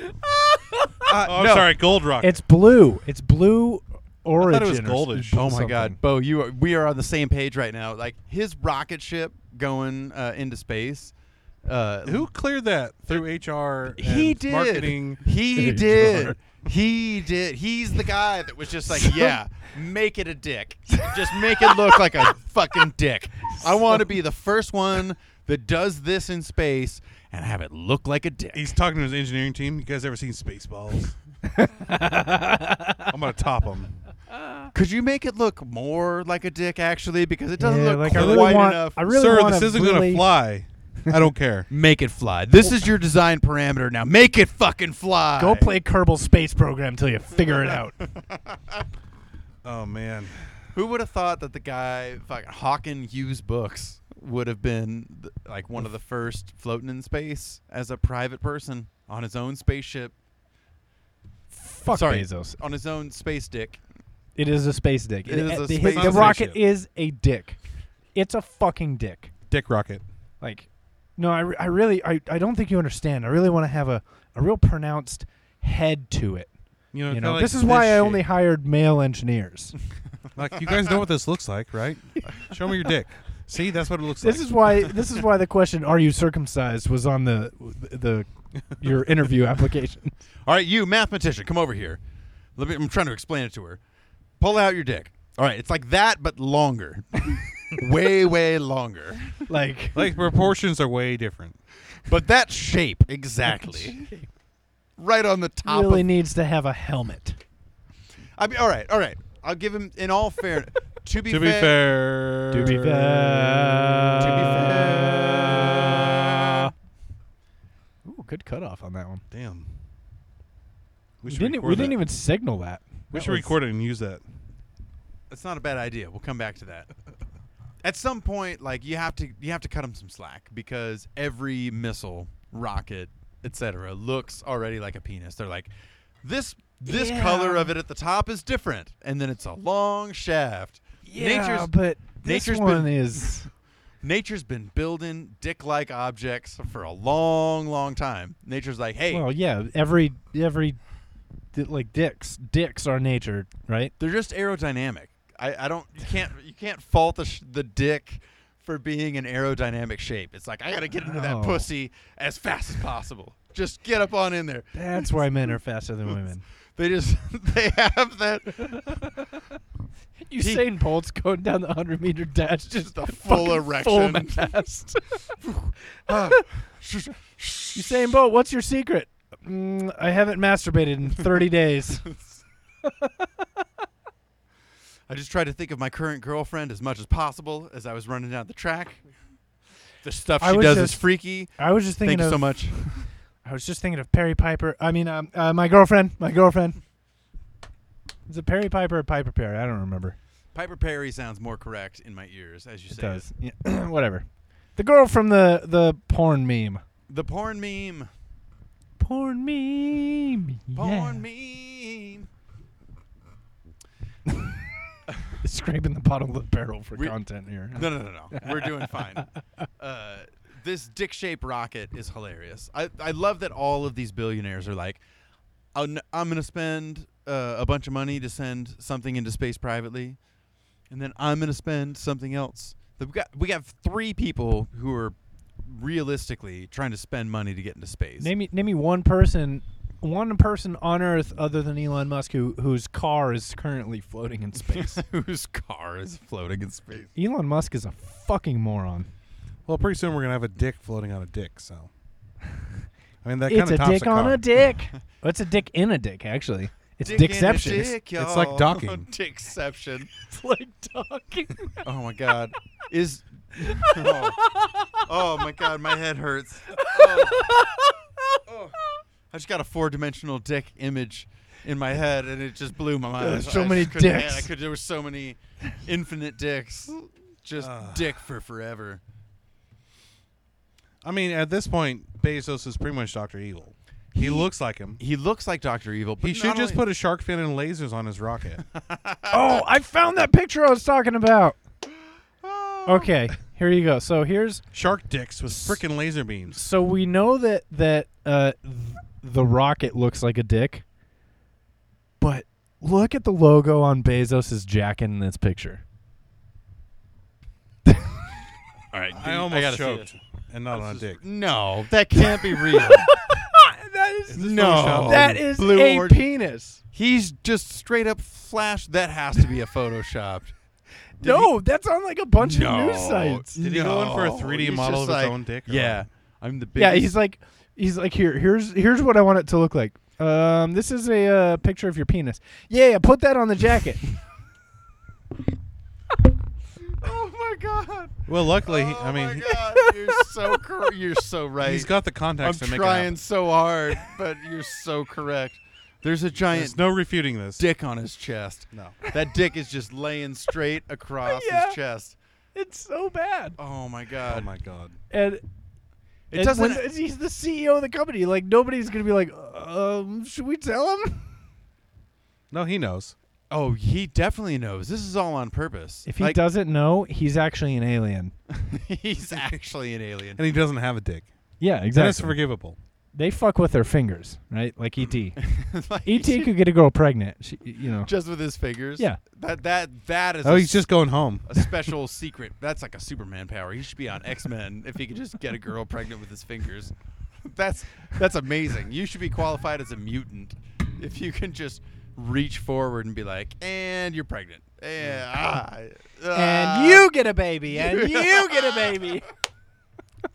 Uh,
Oh, I'm
no.
sorry, gold rocket.
It's blue. It's blue origin.
was
or
goldish.
s-
oh my
something.
god, Bo, you are, we are on the same page right now. Like his rocket ship going uh, into space. Uh,
Who cleared that through HR? And
He did.
Marketing.
He
HR.
did. He did. He's the guy that was just like, yeah, make it a dick. Just make it look like a fucking dick. I want to be the first one that does this in space and have it look like a dick.
He's talking to his engineering team. You guys ever seen Spaceballs? I'm gonna top him.
Could you make it look more like a dick actually? Because it doesn't
Yeah,
look
like, I
quite
really want-
enough.
I really
Sir,
wanna
this isn't
really-
gonna fly. I don't care.
Make it fly. This is your design parameter now. Make it fucking fly.
Go play Kerbal Space Program till you figure it out.
Oh man.
Who would have thought that the guy fucking hawking used books would have been th- like one of the first floating in space as a private person on his own spaceship,
Fuck
Sorry.
Bezos.
on his own space dick?
It is a space dick.
It is a
the,
space
the
dick.
rocket is a dick. It's a fucking dick.
Dick rocket.
Like, no, I, re- I really, I, I don't think you understand. I really want to have a, a real pronounced head to it.
You know,
You
kinda
know,
like
this is why I
shape.
only hired male engineers.
like you guys know what this looks like, right? Show me your dick. See, that's what it looks
this
like.
is why, this is why the question, "Are you circumcised?" was on the, the, your interview application.
All right, you mathematician, come over here. Let me. I'm trying to explain it to her. Pull out your dick. All right, it's like that, but longer. way, way longer.
Like,
like proportions are way different.
But that shape exactly. right on the top.
really
of,
needs to have a helmet.
I mean, all right, all right. I'll give him in all fairness. to be
To be fair.
To be fair.
To be fair.
Ooh, good cutoff on that one.
Damn.
We,
should
didn't.
record
We didn't
that.
even signal that.
We
That
should
was-
record it and use that.
That's not a bad idea. We'll come back to that. at some point, like you have to you have to cut them some slack because every missile, rocket, etc., looks already like a penis. They're like, this this color of it at the top is different, and then it's a long shaft. nature's
but
this
this
nature's one
one
been-
is
nature's been building dick-like objects for a long, long time. Nature's like, hey,
well, yeah. Every every di- like dicks dicks are nature, right?
they're just aerodynamic. I, I don't you can't you can't fault the sh- the dick for being an aerodynamic shape. It's like I gotta get into that
No.
pussy as fast as possible. Just get up on in there.
That's why men are faster than women.
They just they have that
Usain Bolt's going down the 100 meter dash just
just a full
full
erection. Ah.
mast.
Usain Bolt, what's your secret? Mm, I haven't masturbated in 30 days.
I just tried to think of my current girlfriend as much as possible as I was running down the track. The stuff
I
she
was
does is
just
freaky.
I was just thinking
Thank you
of
so much.
I was just thinking of Perry Piper. I mean, um, uh, my girlfriend. My girlfriend. Is it Perry Piper or Piper Perry? I don't remember.
Piper Perry sounds more correct in my ears as you
It
say
does. Yeah, whatever. The girl from the the porn meme.
The porn meme.
Porn meme.
Porn
yeah.
meme.
Scraping the bottom of the barrel for
We-
content here.
No, no, no, no. We're doing fine. Uh, this dick shaped rocket is hilarious. I, I love that all of these billionaires are like, I'm, I'm going to spend uh, a bunch of money to send something into space privately, and then I'm going to spend something else. We got we have three people who are realistically trying to spend money to get into space.
Name me name me one person, one person on Earth other than Elon Musk who whose car is currently floating in space.
whose car is floating in space?
Elon Musk is a fucking moron.
Well, pretty soon we're gonna have a dick floating on a dick. So, I mean that kind
It's
of
a
tops
dick
a
on
car.
a dick. well, it's a dick in a dick actually. It's
Dick in a
dickception.
dick,
It's like
y'all.
docking.
Dickception.
It's like talking.
Oh my god. Is oh. Oh my god, my head hurts. Oh. Oh. I just got a four-dimensional dick image in my head, and it just blew my mind.
There's so
I just
many
couldn't
dicks.
ha- I could, there were so many infinite dicks. Just dick for forever.
I mean, at this point, Bezos is pretty much Doctor Evil. He, looks like him.
He looks like Doctor Evil. But
He should
not
just
only-
put a shark fin and lasers on his rocket.
Oh, I found that picture I was talking about. Okay, here you go. So here's
shark dicks with freaking laser beams.
so we know that that uh, th- the rocket looks like a dick, but look at the logo on Bezos's jacket in this picture.
All right,
I almost
gotta see
choked,
this.
and not on a dick.
No, that can't be real.
Ah, That is
no,
that is
Blue
a
Origin-
penis.
He's just straight up flash. That has to be a photoshopped.
no, that's on like a bunch of news
No.
sites.
Did he go in for a
No.
3D
He's
model
just
of his
like,
own dick or
Yeah,
what?
I'm the biggest.
Yeah, he's like he's like here here's here's what I want it to look like. Um, this is a uh, picture of your penis. Yeah, yeah, put that on the jacket.
Oh my god!
Well, luckily,
Oh
I mean,
my god, you're so cor- you're so right.
he's got the
I'm
contacts to make it
trying
happen.
so hard, but you're so correct. There's a giant
There's no refuting this.
dick on his chest.
No.
That dick is just laying straight across
Yeah.
his chest.
it's so bad.
Oh my
Oh
god!
my god.
And
it
And
doesn't.
when the- he's the CEO of the company. Like nobody's gonna be like, um, should we tell him?
No, he knows.
oh, he definitely knows. This is all on purpose.
If he
Like,
doesn't know, he's actually an alien.
he's actually an alien.
And he doesn't have a dick.
Yeah,
That is
exactly.
forgivable.
they fuck with their fingers, right? Like E ET. ET could get a girl pregnant. She, you know.
just with his fingers.
Yeah.
That that that is.
Oh,
a
he's just going home.
a special secret. That's like a Superman power. He should be on X Men if he could just get a girl pregnant with his fingers. That's that's amazing. You should be qualified as a mutant if you can just reach forward and be like, and you're pregnant. And, ah, ah."
uh, and you get a baby, and you get a baby.